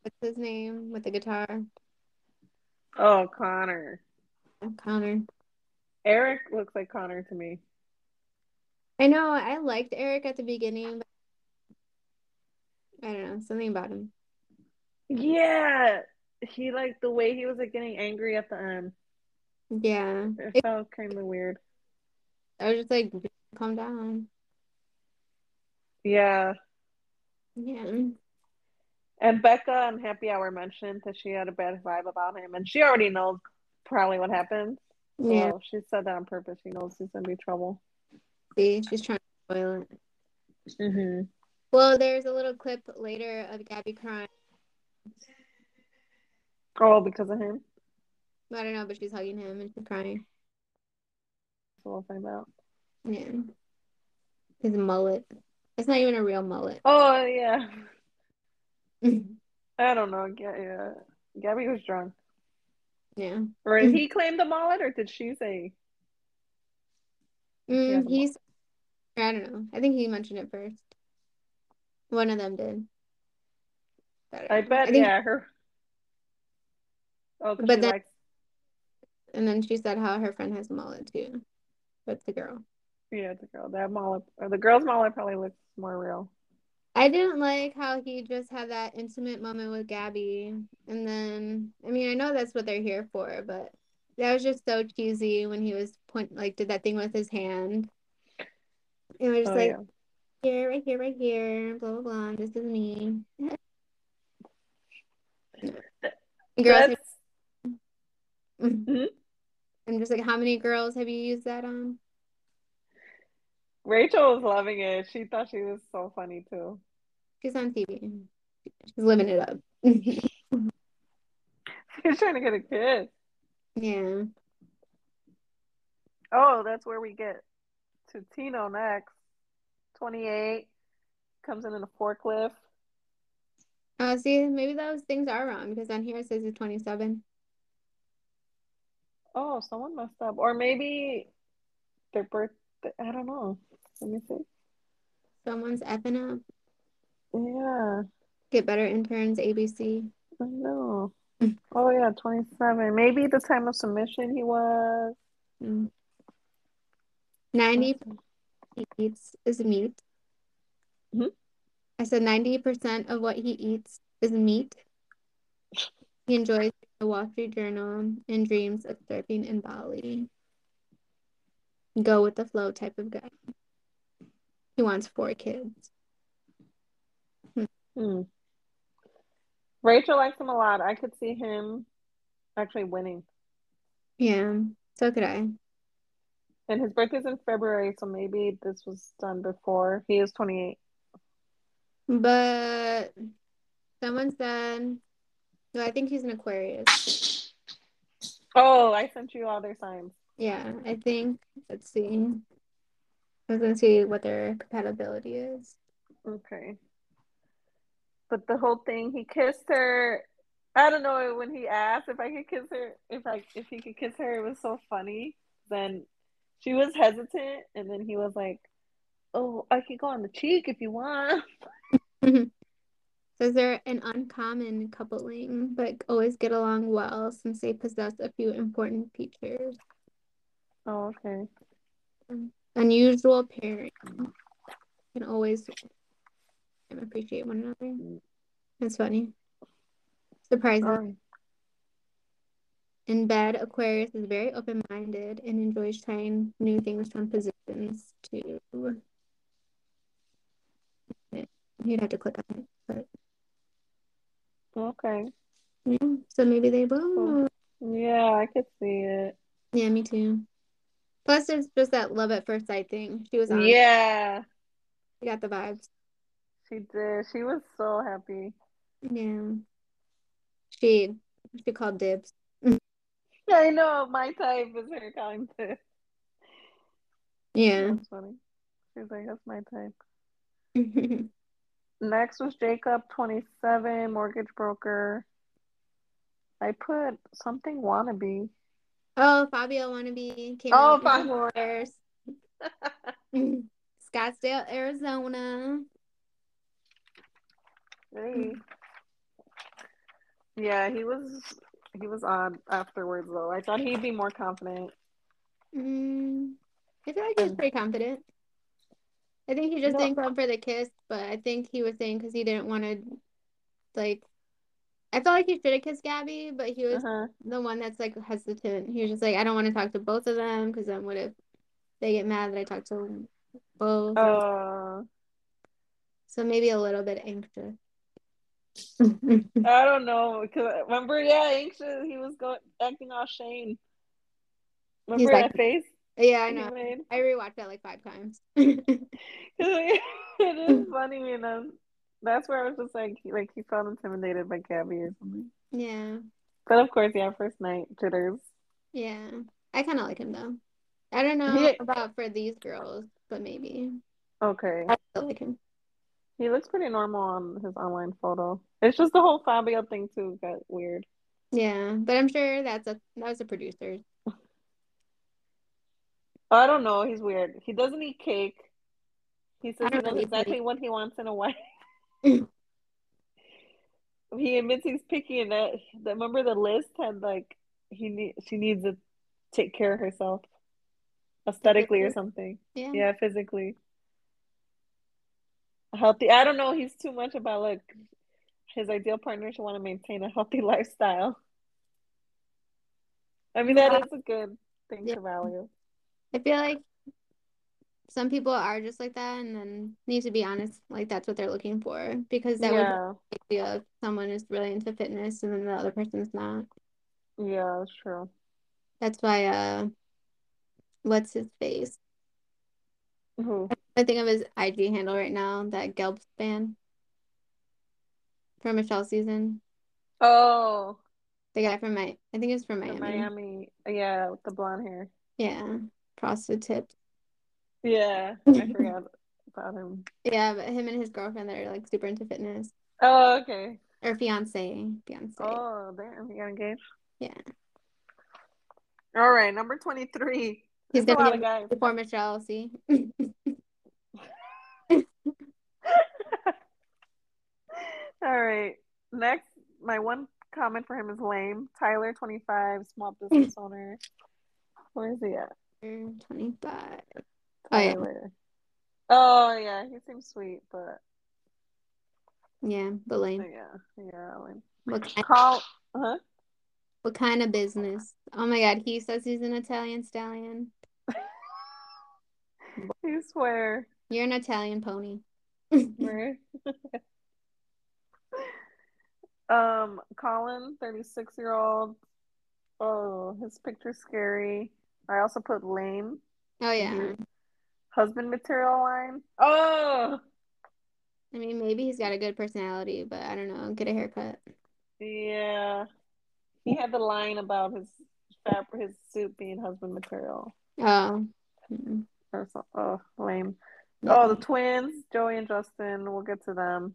S1: what's his name with the guitar?
S2: Oh, Connor.
S1: Uh, Connor.
S2: Eric looks like Connor to me.
S1: I know I liked Eric at the beginning, but I don't know, something about him.
S2: Yeah, he like the way he was like getting angry at the end.
S1: Yeah.
S2: It felt kind of weird.
S1: I was just like, calm down.
S2: Yeah.
S1: Yeah.
S2: And Becca on Happy Hour mentioned that she had a bad vibe about him, and she already knows probably what happened. So
S1: Yeah.
S2: she said that on purpose. She knows he's gonna be trouble.
S1: See, she's trying to spoil it.
S2: Mm-hmm.
S1: Well, there's a little clip later of Gabby crying.
S2: Oh, because of him.
S1: I don't know, but she's hugging him and she's crying.
S2: So we'll find out.
S1: Yeah. His mullet. It's not even a real mullet.
S2: Oh yeah. Oh.
S1: yeah.
S2: I don't know. Ga- Yeah, Gabby was drunk. Or
S1: Mm-hmm.
S2: did he claim the mullet, or did she say? Yeah,
S1: Mm,
S2: the
S1: he's, or I don't know. I think he mentioned it first. One of them did. don't
S2: I
S1: know.
S2: bet.
S1: think-
S2: yeah, her. Oh, 'cause
S1: But
S2: she
S1: then-
S2: likes.
S1: And then she said how her friend has a mullet too. That's the girl.
S2: Yeah, the girl. That mullet, or the girl's mullet, probably looks more real.
S1: I didn't like how he just had that intimate moment with Gabby. And then, I mean, I know that's what they're here for, but that was just so cheesy when he was point like did that thing with his hand. And we're just
S2: Oh,
S1: like,
S2: yeah.
S1: here, right here, right here, blah blah blah. This is me. Girls,
S2: That's- Mhm.
S1: I'm just like, how many girls have you used that on?
S2: Rachel was loving it. She thought she was so funny too.
S1: She's on TV. She's living it up.
S2: She was trying to get a kiss.
S1: yeah.
S2: Oh, that's where we get to Tino next. 28 comes in in a forklift.
S1: Oh, see, maybe those things are wrong because on here it says it's 27.
S2: Oh, someone messed up. Or maybe their birth. I don't know. Let me see.
S1: Someone's effing up.
S2: Yeah,
S1: Get better interns, ABC.
S2: I know. Oh, yeah, 27. Maybe the time of submission he was.
S1: Mm. 90 eats is meat.
S2: Mhm.
S1: I said 90% of what he eats is meat. He enjoys the Wall Street Journal and dreams of surfing in Bali. Go with the flow type of guy. He wants four kids.
S2: Hmm. Rachel likes him a lot. I could see him actually winning.
S1: Yeah, so could I.
S2: And his birthday's in February, so maybe this was done before. He is 28.
S1: But someone said, no, I think he's an Aquarius.
S2: Oh, I sent you all their signs.
S1: Yeah, I think, let's see. I was gonna see what their compatibility is.
S2: Okay. But the whole thing, he kissed her. I don't know when he asked if I could kiss her, if I if he could kiss her, it was so funny. Then she was hesitant, and then he was like, "Oh, I could go on the cheek if you want."
S1: Says they're an uncommon coupling, but always get along well since they possess a few important features.
S2: Oh, okay.
S1: Unusual pairing can always appreciate one another. That's funny. Surprising.
S2: Oh,
S1: In bed, Aquarius is very open minded and enjoys trying new things from positions to You'd have to click on it, but
S2: Okay.
S1: yeah. So maybe they will.
S2: Yeah, I could see it.
S1: Yeah, me too. Plus, there's just that love at first sight thing. She was on. Yeah.
S2: Yeah,
S1: You got the vibes.
S2: she did. She was so happy.
S1: Yeah. She she called dibs.
S2: I know my type is her kind. too.
S1: Yeah.
S2: That's funny. She's like, that's my type. Next was Jacob, 27, mortgage broker. I put something wannabe.
S1: oh, Fabio wannabe came
S2: Oh,
S1: out
S2: Fab-
S1: from Flowers. Scottsdale, Arizona.
S2: Hey. Mm. Yeah, he was he was odd afterwards though. I thought he'd be more confident.
S1: Mm, I feel like he was pretty confident. I think he
S2: No.
S1: just didn't go for the kiss, but I think he was saying because he didn't want to, like, I felt like he should have kissed Gabby, but he was
S2: Uh-huh.
S1: the one that's like hesitant. He was just like, I don't want to talk to both of them because then what if they get mad that I talked to both?
S2: Uh,
S1: So maybe a little bit anxious.
S2: I don't know. Cause remember, yeah, anxious. He was going acting all shame. Remember
S1: He's like-
S2: that face
S1: yeah, I
S2: he
S1: know.
S2: made?
S1: I rewatched that like five times.
S2: it is funny, you know. That's where I was just like, he- like he felt intimidated by Gabby or something.
S1: yeah,
S2: But of course, yeah, first night jitters.
S1: yeah. I kind of like him though. I don't know
S2: Yeah.
S1: about for these girls, but maybe
S2: Okay,
S1: I still like him.
S2: he looks pretty normal on his online photo. It's just the whole Fabio thing too got weird.
S1: Yeah, but I'm sure that's a that was a producer.
S2: I don't know. He's weird. He doesn't eat cake. He says
S1: I
S2: he
S1: don't
S2: knows
S1: eat
S2: exactly
S1: cake. Mm.
S2: what he wants in a wife. he admits he's picky, and that that- remember the list had like he need she needs to take care of herself aesthetically or
S1: Physically?
S2: something.
S1: Yeah.
S2: Yeah, physically healthy. I don't know. He's too much about like his ideal partner should want to maintain a healthy lifestyle. I mean, that is a good thing
S1: Uh, Yeah.
S2: to value.
S1: I feel like some people are just like that, and then need to be honest, like that's what they're looking for because that would
S2: Yeah,
S1: be if someone is really into fitness and then the other person's not.
S2: yeah, that's true.
S1: That's why uh what's his face?
S2: Who?
S1: I think of his IG handle right now, that Gelb fan from Michelle season.
S2: Oh,
S1: The guy from my I think it's from
S2: the
S1: Miami.
S2: Miami. Yeah, with the blonde hair.
S1: Yeah. Prostitute tips.
S2: Yeah, I forgot about him.
S1: Yeah, but him and his girlfriend that are like super into fitness.
S2: Oh, okay.
S1: Or fiance. Fiance.
S2: Oh, damn, he got engaged.
S1: Yeah.
S2: All right, number twenty-three.
S1: He's
S2: There's a
S1: gonna
S2: lot of guys.
S1: Before Michelle, see?
S2: All right. Next, my one comment for him is lame. Tyler, 25, small business owner. Where is he at?
S1: Twenty five. Oh yeah.
S2: Tyler. Oh, yeah. He seems sweet, but
S1: Yeah, but lame.
S2: yeah. Yeah. Lame.
S1: What kind,
S2: Call. Huh?
S1: what kind of business? Oh my god, he says he's an Italian stallion.
S2: You swear.
S1: You're an Italian pony.
S2: Where? um, Colin, 36 year old. Oh, his picture's scary. I also put lame.
S1: Oh yeah.
S2: Mhm. Husband material line. Oh!
S1: I mean, maybe he's got a good personality, but I don't know. Get a haircut.
S2: Yeah, he had the line about his fab- his suit being husband material
S1: Oh, Mm-mm.
S2: or something. Oh, lame.
S1: Yeah.
S2: Oh, the twins, Joey and Justin. We'll get to them.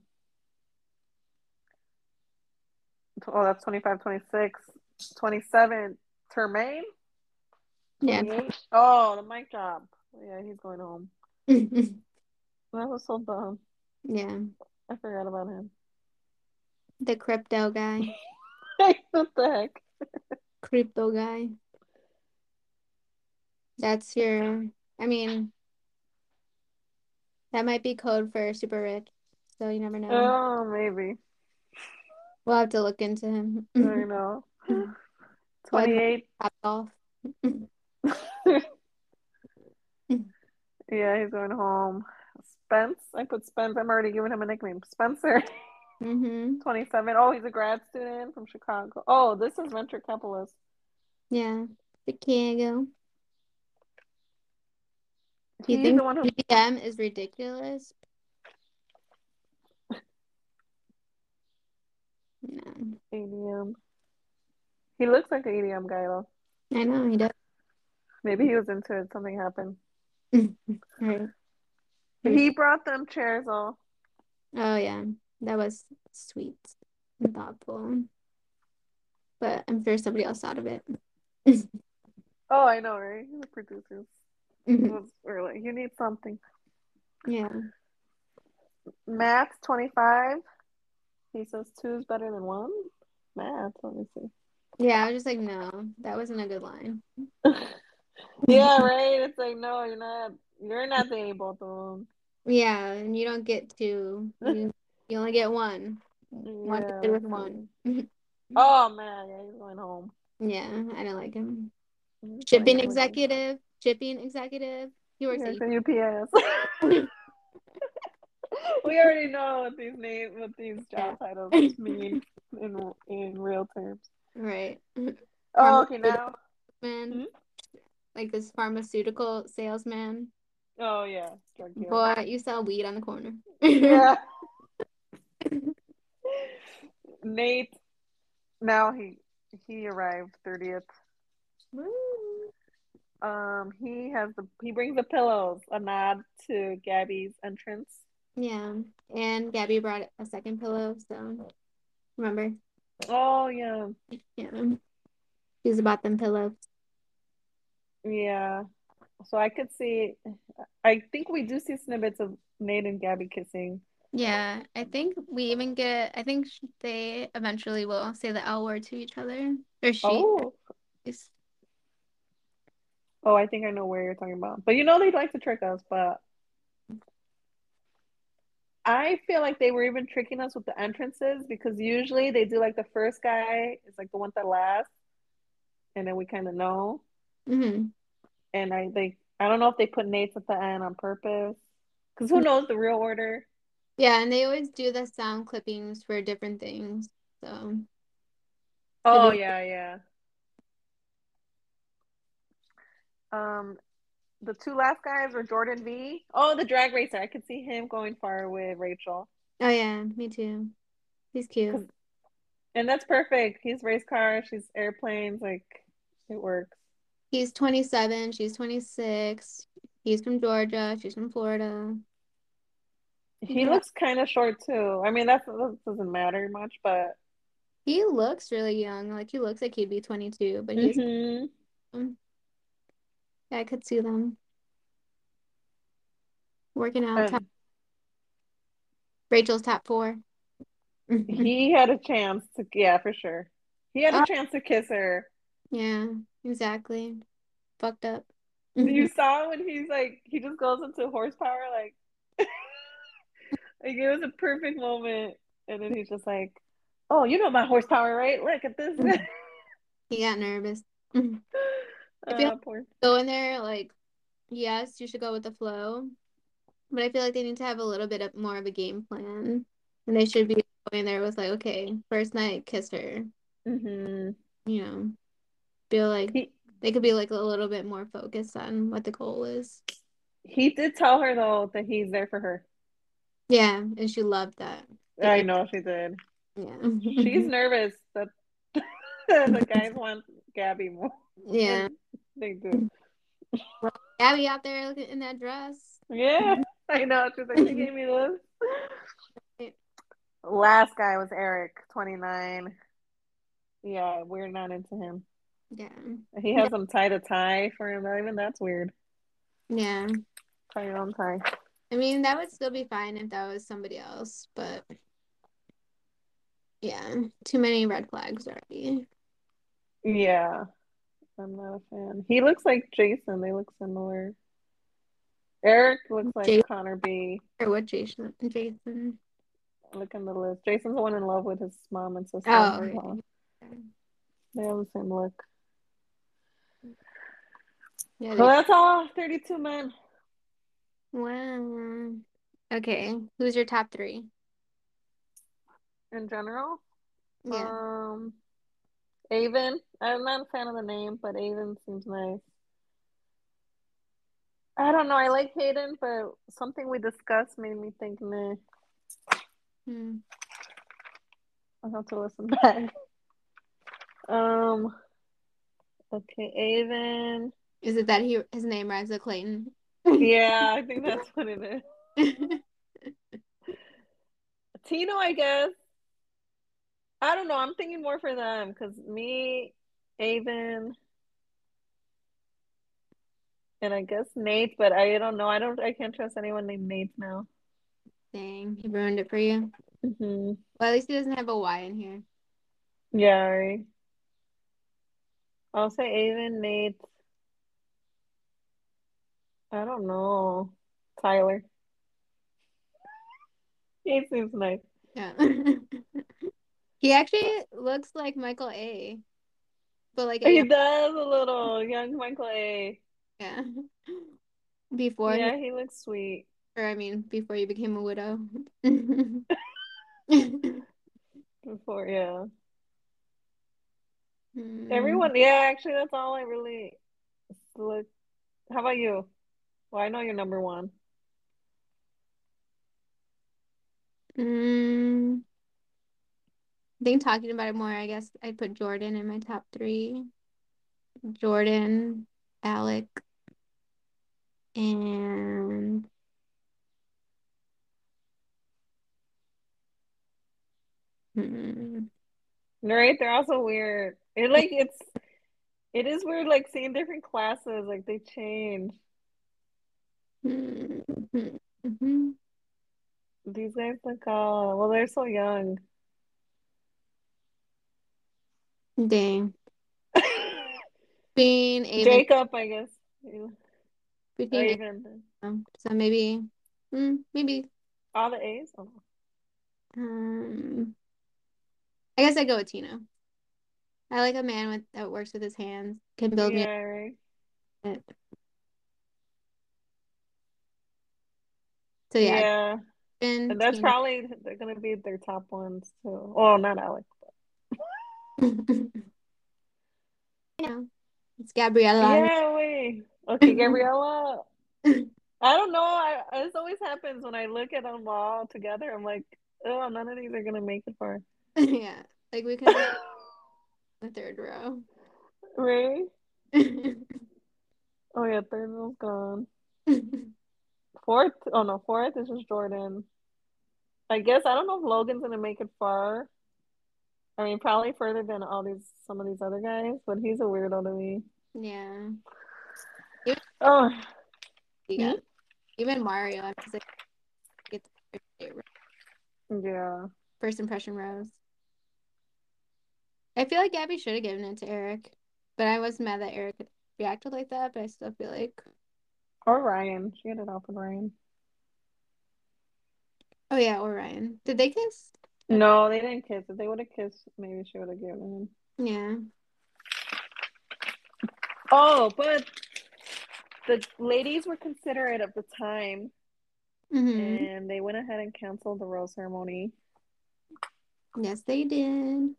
S2: Oh, that's 25, 26, 27. Termaine?
S1: yeah.
S2: 28? Oh, the mic drop. Yeah, he's going home. That was so dumb.
S1: yeah.
S2: I forgot about him.
S1: The crypto guy,
S2: what the heck?
S1: crypto guy. That's your, I mean, that might be code for super rich. So you never know.
S2: Oh, maybe.
S1: We'll have to look into him.
S2: I don't know. 28.
S1: Top golf.
S2: Yeah, he's going home. Spence. I put Spence. I'm already giving him a nickname. Spencer,
S1: Mm-hmm.
S2: 27. Oh, he's a grad student from Chicago. Oh, this is venture capitalist.
S1: Yeah. Chicago. Do you
S2: He's
S1: think
S2: the one who.
S1: BBM is ridiculous? No.
S2: ADM. He looks like an ADM guy though.
S1: I know he does.
S2: Maybe he was into it. Something happened.
S1: Right.
S2: He brought them chairs though.
S1: Oh yeah. That was sweet and thoughtful. But I'm sure somebody else thought of it.
S2: Oh, I know, right? He's a producer. He
S1: Mhm.
S2: was really. You need something.
S1: Yeah.
S2: Math's 25. He says two is better than one. Math, let me see.
S1: Yeah, I was just like, no, that wasn't a good line.
S2: Yeah, right. It's like no, you're not. You're not dating both of them.
S1: Yeah, and you don't get two. You, you only get one. One
S2: Yeah.
S1: to do with one.
S2: Oh man, yeah, he's going home.
S1: Yeah, I don't like him.
S2: He's
S1: Shipping
S2: going home.
S1: executive, shipping executive. He works at
S2: Here's the UPS. we already know what these names, what these job titles mean in in real terms.
S1: right.
S2: Oh, okay, now.
S1: Man,
S2: Mhm.
S1: Mm-hmm. like this pharmaceutical salesman.
S2: Oh yeah, drug dealer.
S1: Boy, you sell weed on the corner.
S2: Yeah. Nate. Now he he arrived thirtieth.
S1: Woo.
S2: Um, he has the he brings the pillows. A nod to Gabby's entrance.
S1: yeah. And Gabby brought a second pillow, so remember.
S2: Oh yeah,
S1: Yeah. She's about them pillows.
S2: yeah. So I could see. I think we do see snippets of Nate and Gabby kissing.
S1: Yeah, I think we even get. I think sh- they eventually will say the L word to each other, or she.
S2: Oh,
S1: is-
S2: oh, I think I know where you're talking about. But you know they'd like to trick us, but. I feel like they were even tricking us with the entrances because usually they do like the first guy is like the one that lasts, and then we kind of know.
S1: Mhm.
S2: and I think I don't know if they put Nate's at the end on purpose because who knows the real order.
S1: Yeah, and they always do the sound clippings for different things. So
S2: Oh
S1: Mhm.
S2: yeah, yeah. Um, the two last guys were Jordan V. Oh, the drag racer. I could see him going far with Rachel,
S1: oh yeah, me too. He's cute.
S2: and that's perfect. He's race car, she's airplanes. Like it works.
S1: He's 27, she's 26. He's from Georgia, she's from Florida.
S2: He
S1: Yeah.
S2: looks kind of short too. I mean, that's, that doesn't matter much, but
S1: He looks really young. Like he looks like he'd be 22, but he's
S2: Mhm.
S1: I could see them working out.
S2: And
S1: top- Rachel's top four.
S2: he had a chance to, yeah, for sure. He had a
S1: Oh.
S2: chance to kiss her.
S1: Yeah, exactly. Fucked up.
S2: You saw when he's like he just goes into horsepower like like it was a perfect moment and then he's just like, Oh, you know my horsepower, right? Look at this.
S1: He got nervous. I feel-
S2: uh, poor-
S1: Go in there, like, yes, you should go with the flow, but I feel like they need to have a little bit of more of a game plan, and they should be going there with like, okay, first night, kiss her,
S2: Mhm.
S1: you know, feel like
S2: He
S1: they could be like a little bit more focused on what the goal is.
S2: he did tell her though that he's there for her.
S1: Yeah, and she loved that.
S2: I know she did.
S1: Yeah, Mm-hmm.
S2: She's nervous that the guys want Gabby more.
S1: yeah.
S2: than They do.
S1: Gabby out there looking in that dress.
S2: Yeah, I know. She's like, she gave me this. Last guy was Eric, 29. Yeah, we're not into him.
S1: Yeah,
S2: He has them tie to tie for him. Not even that's weird.
S1: yeah.
S2: Tie your own tie.
S1: I mean, that would still be fine if that was somebody else, but yeah, too many red flags already.
S2: Yeah, I'm not a fan. He looks like Jason. They look similar. Eric looks like
S1: Jason.
S2: Connor B.
S1: Or what Jason? Jason.
S2: Look in the list. Jason's the one in love with his mom and sister.
S1: Oh,
S2: Yeah. They have the same look.
S1: Yeah.
S2: Well, that's all. 32 men.
S1: they- wow. Okay, who's your top three?
S2: in general.
S1: Yeah.
S2: Um, Avon. I'm not a fan of the name, but Avon seems nice. I don't know. I like Hayden, but something we discussed made me think, meh,
S1: Hmm.
S2: I'll have to listen back. Um, okay, Avon.
S1: Is it that he his name rhymes with Clayton?
S2: Yeah, I think that's what it is. Tino, I guess. I don't know. I'm thinking more for them because me, Avon, and I guess Nate, but I don't know. I don't. I can't trust anyone named Nate now.
S1: Dang, he ruined it for you.
S2: hmm
S1: Well, at least he doesn't have a Y in here.
S2: Yeah, right. I'll say Avon, Nate. I don't know. Tyler. He seems nice.
S1: Yeah. he actually looks like Michael A. But like
S2: He does a little young Michael A.
S1: yeah. Before
S2: yeah, he looks sweet.
S1: or I mean before you became a widow.
S2: Before, yeah.
S1: Hmm.
S2: Everyone, yeah, actually, that's all I really look. How about you? Well, I know you're number one.
S1: Mm, I think talking about it more, I guess I'd put Jordan in my top three. Jordan, Alec, and hmm,
S2: Right? They're also weird. It like it's it is weird like seeing different classes, like they change.
S1: hmm, hmm, hmm.
S2: These guys look all well, they're so young.
S1: dang. Being Avon,
S2: Jacob, I guess. Yeah. Or Oh,
S1: between
S2: even
S1: them. Um, So maybe, mm, maybe,
S2: all the A's. Oh.
S1: um, I guess I go with Tino. I like a man with that works with his hands, can build me.
S2: Yeah, right.
S1: Up. So yeah,
S2: Yeah.
S1: and
S2: And that's probably they're gonna be their top ones too. Oh, not Alex.
S1: yeah, it's Gabriella.
S2: Yeah, wait. Okay, Gabriella. I don't know. I, this always happens when I look at them all together. I'm like, oh, none of these are gonna make it far.
S1: Yeah, like we can go in the third row.
S2: Right? Oh yeah, third one's gone. Fourth? Oh no, fourth is just Jordan. I guess I don't know if Logan's gonna make it far. I mean, probably further than all these some of these other guys, but he's a weirdo to me.
S1: yeah,
S2: Oh,
S1: you got even Mario. I was like, get the
S2: yeah.
S1: first impression rose. I feel like Gabby should have given it to Eric, but I was mad that Eric reacted like that. But I still feel like,
S2: Or Ryan. She had it off with Ryan.
S1: oh yeah, or Ryan. Did they kiss?
S2: No, they didn't kiss. If they would have kissed, maybe she would have given him.
S1: Yeah.
S2: Oh, but the ladies were considerate of the time,
S1: hmm
S2: and they went ahead and canceled the rose ceremony.
S1: Yes, they did.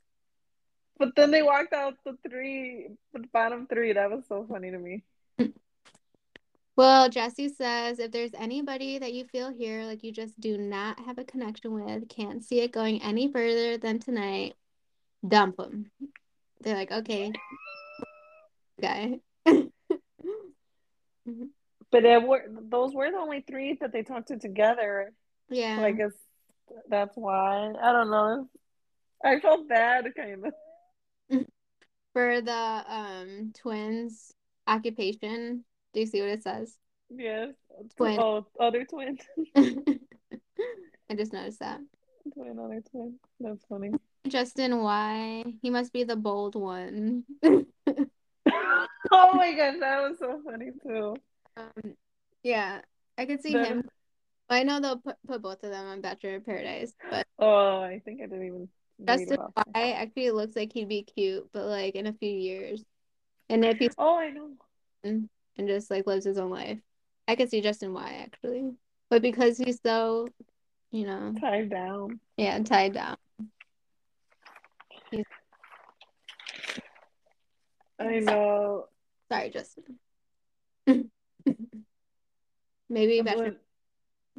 S2: But then they walked out the three, the bottom three. That was so funny to me.
S1: Well, Jesse says if there's anybody that you feel here like you just do not have a connection with, can't see it going any further than tonight, dump them. They're like, okay, guy.
S2: But it were those were the only three that they talked to together.
S1: Yeah.
S2: So I guess that's why. I don't know. I felt bad, kind of.
S1: For the um twins occupation, do you see what it says?
S2: Yes.
S1: Twin.
S2: Oh, other twin.
S1: I just noticed that.
S2: twin, other twin. That's funny.
S1: Justin, why? He must be the bold one.
S2: oh my gosh, that was so funny too.
S1: Um, yeah, I could see
S2: That
S1: him. I know they'll put, put both of them on Bachelor of Paradise, but
S2: Oh, I think I didn't even read
S1: Justin
S2: about that.
S1: Y actually looks like he'd be cute, but like in a few years, and if he's
S2: Oh, I know.
S1: and just like lives his own life, I could see Justin Y actually. but because he's so, you know,
S2: tied down.
S1: yeah, tied down.
S2: I know.
S1: Sorry, Justin. Maybe
S2: I'm
S1: veteran.
S2: lit-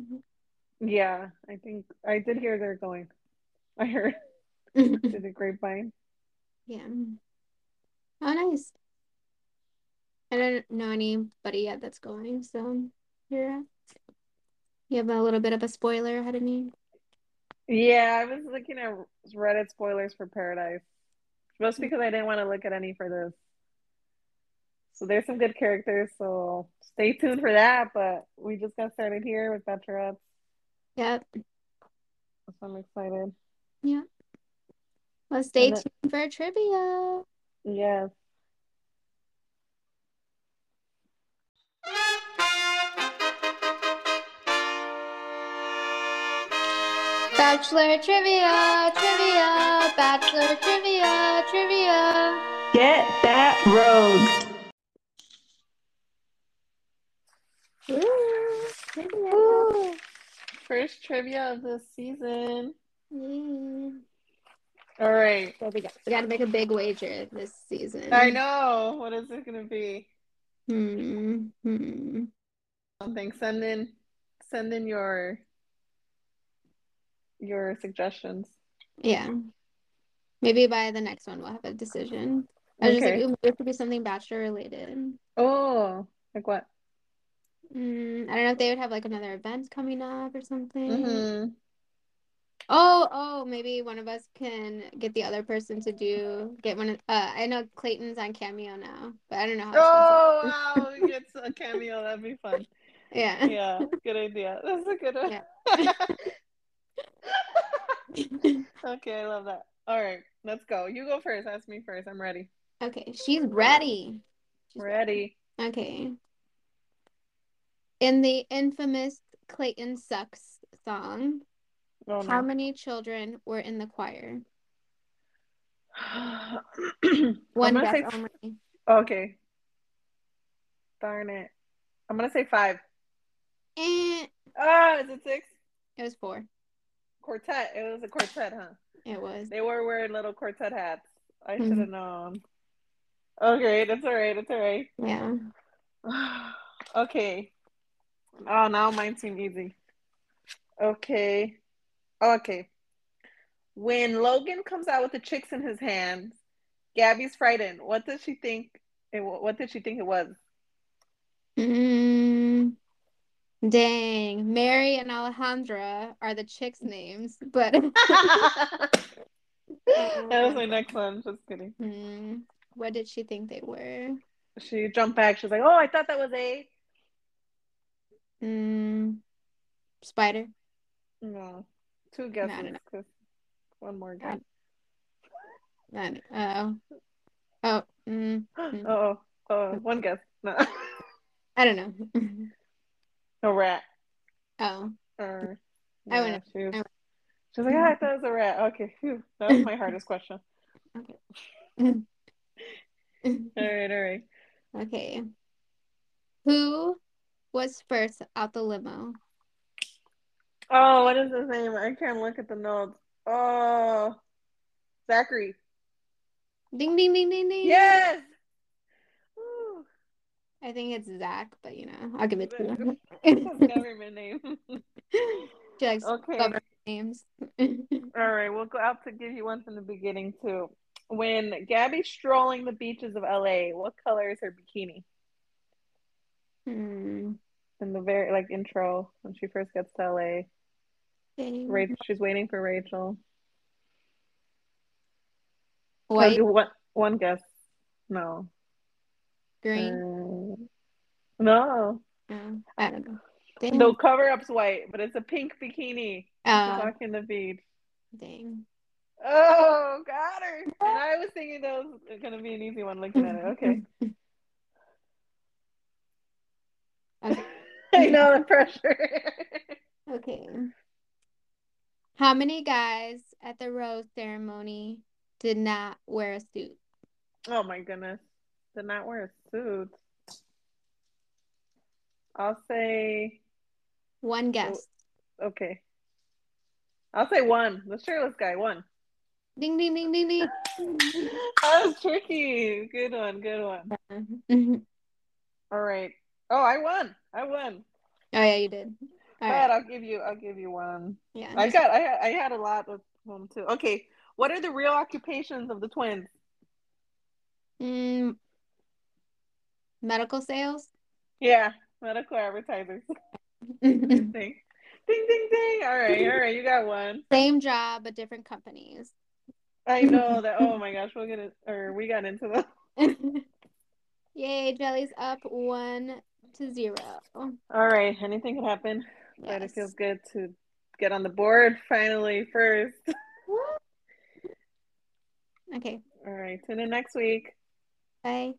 S2: Mm-hmm. Yeah, I think I did hear they're going. I heard through the grapevine.
S1: yeah. Oh, nice. I don't know anybody yet that's going, so you're at. You have a little bit of a spoiler ahead of me.
S2: Yeah, I was looking at Reddit spoilers for Paradise. Just because I didn't want to look at any for this. So there's some good characters, so stay tuned for that. But we just got started here with Veterans,
S1: Yep.
S2: so I'm excited.
S1: Well, stay
S2: And it-
S1: tuned for trivia.
S2: Yes.
S1: Bachelor trivia, trivia, bachelor trivia, trivia.
S3: Get that rogue.
S1: Ooh, trivia.
S2: First trivia of the season.
S1: Yeah.
S2: All right.
S1: So we got we got to make a big wager this season.
S2: I know. What is it gonna be?
S1: Hmm. hmm.
S2: Something. Send in send in your your suggestions.
S1: Yeah. Maybe by the next one we'll have a decision. I was just like, ooh, it could be something bachelor related.
S2: Oh, like what?
S1: Mm, I don't know if they would have like another event coming up or something.
S2: Mm-hmm.
S1: Oh, oh, maybe one of us can get the other person to do get one of uh I know Clayton's on Cameo now, but I don't know how expensive.
S2: Oh wow, we get a cameo. That'd be fun.
S1: Yeah.
S2: Yeah, good idea. That's a good one. okay, I love that. All right, let's go. You go first. Ask me first. I'm ready.
S1: Okay, she's ready. She's
S2: Ready.
S1: Okay. In the infamous Clayton Sucks song,
S2: Oh,
S1: how
S2: no.
S1: many children were in the choir?
S2: I'm
S1: One
S2: gonna
S1: guess
S2: say
S1: only.
S2: okay. Darn it. I'm gonna say five.
S1: Eh,
S2: Ah, is it six?
S1: it was four.
S2: Quartet. It was a quartet, huh?
S1: It was.
S2: They were wearing little quartet hats. I
S1: Mhm.
S2: should have known. Okay, that's all right. That's all right.
S1: Yeah.
S2: okay. Oh, now mine seem easy. Okay. Okay. When Logan comes out with the chicks in his hands, Gabby's frightened. What does she think? It, what did she think it was?
S1: Mm, dang. Mary and Alejandra are the chicks' names, but
S2: that was my next one. Just kidding.
S1: Hmm, Mm-hmm. what did she think they were?
S2: She jumped back. She's like, "Oh, I thought that was a."
S1: Mm, spider.
S2: No, two guesses.
S1: no.
S2: 'cause One more guess.
S1: And, oh. Oh, mm, no.
S2: Oh, oh, one guess. No,
S1: I don't know.
S2: a rat.
S1: Oh,
S2: Or
S1: I
S2: yeah,
S1: wouldn't-
S2: she was,
S1: I wouldn't.
S2: she was like, "Ah, I thought it was a rat." Okay, phew. that was my hardest question. All right, all right.
S1: okay. Who was first out the limo?
S2: Oh, what is his name? I can't look at the notes. Oh, Zachary.
S1: Ding, ding, ding, ding, ding.
S2: Yes. Ooh,
S1: I think it's Zach, but you know, I'll give it to you.
S2: his government name.
S1: She likes
S2: Okay. All
S1: government names.
S2: right, we'll go out to give you one from the beginning too. When Gabby's strolling the beaches of LA, what color is her bikini?
S1: Hmm.
S2: In the very like intro when she first gets to LA,
S1: dang.
S2: Rachel, she's waiting for Rachel. I'll
S1: White,
S2: do one one guess. No.
S1: green.
S2: Uh, no.
S1: No, I don't know. Dang.
S2: uh, No cover up's white, but it's a pink bikini. She's
S1: Oh,
S2: walking the beach.
S1: dang.
S2: Oh, got her. And I was thinking that was gonna be an easy one looking at it. Okay.
S1: Okay.
S2: I know the pressure.
S1: Okay. How many guys at the rose ceremony did not wear a suit?
S2: oh my goodness. Did not wear a suit. I'll say
S1: One guess.
S2: Okay. I'll say one. The shirtless guy, one.
S1: Ding ding ding ding ding.
S2: That was tricky. Good one. Good one.
S1: oh
S2: All right. Oh, I won. I won.
S1: Oh, yeah, you did. All
S2: But
S1: right.
S2: I'll give you. I'll give you one.
S1: Yeah.
S2: I got. I had- I had a lot of them too. Okay. What are the real occupations of the twins?
S1: Mm, medical sales.
S2: Yeah, medical advertisers.
S1: Same
S2: Ding, ding, ding, ding. All right, all right. You got one.
S1: job but different companies.
S2: I know that. Oh my gosh, we're gonna or we got into the.
S1: Yay, Jelly's up one to zero.
S2: All right. Anything could happen, but it
S1: Yes.
S2: feels good to get on the board finally first.
S1: Okay,
S2: All right. Tune in next week.
S1: bye.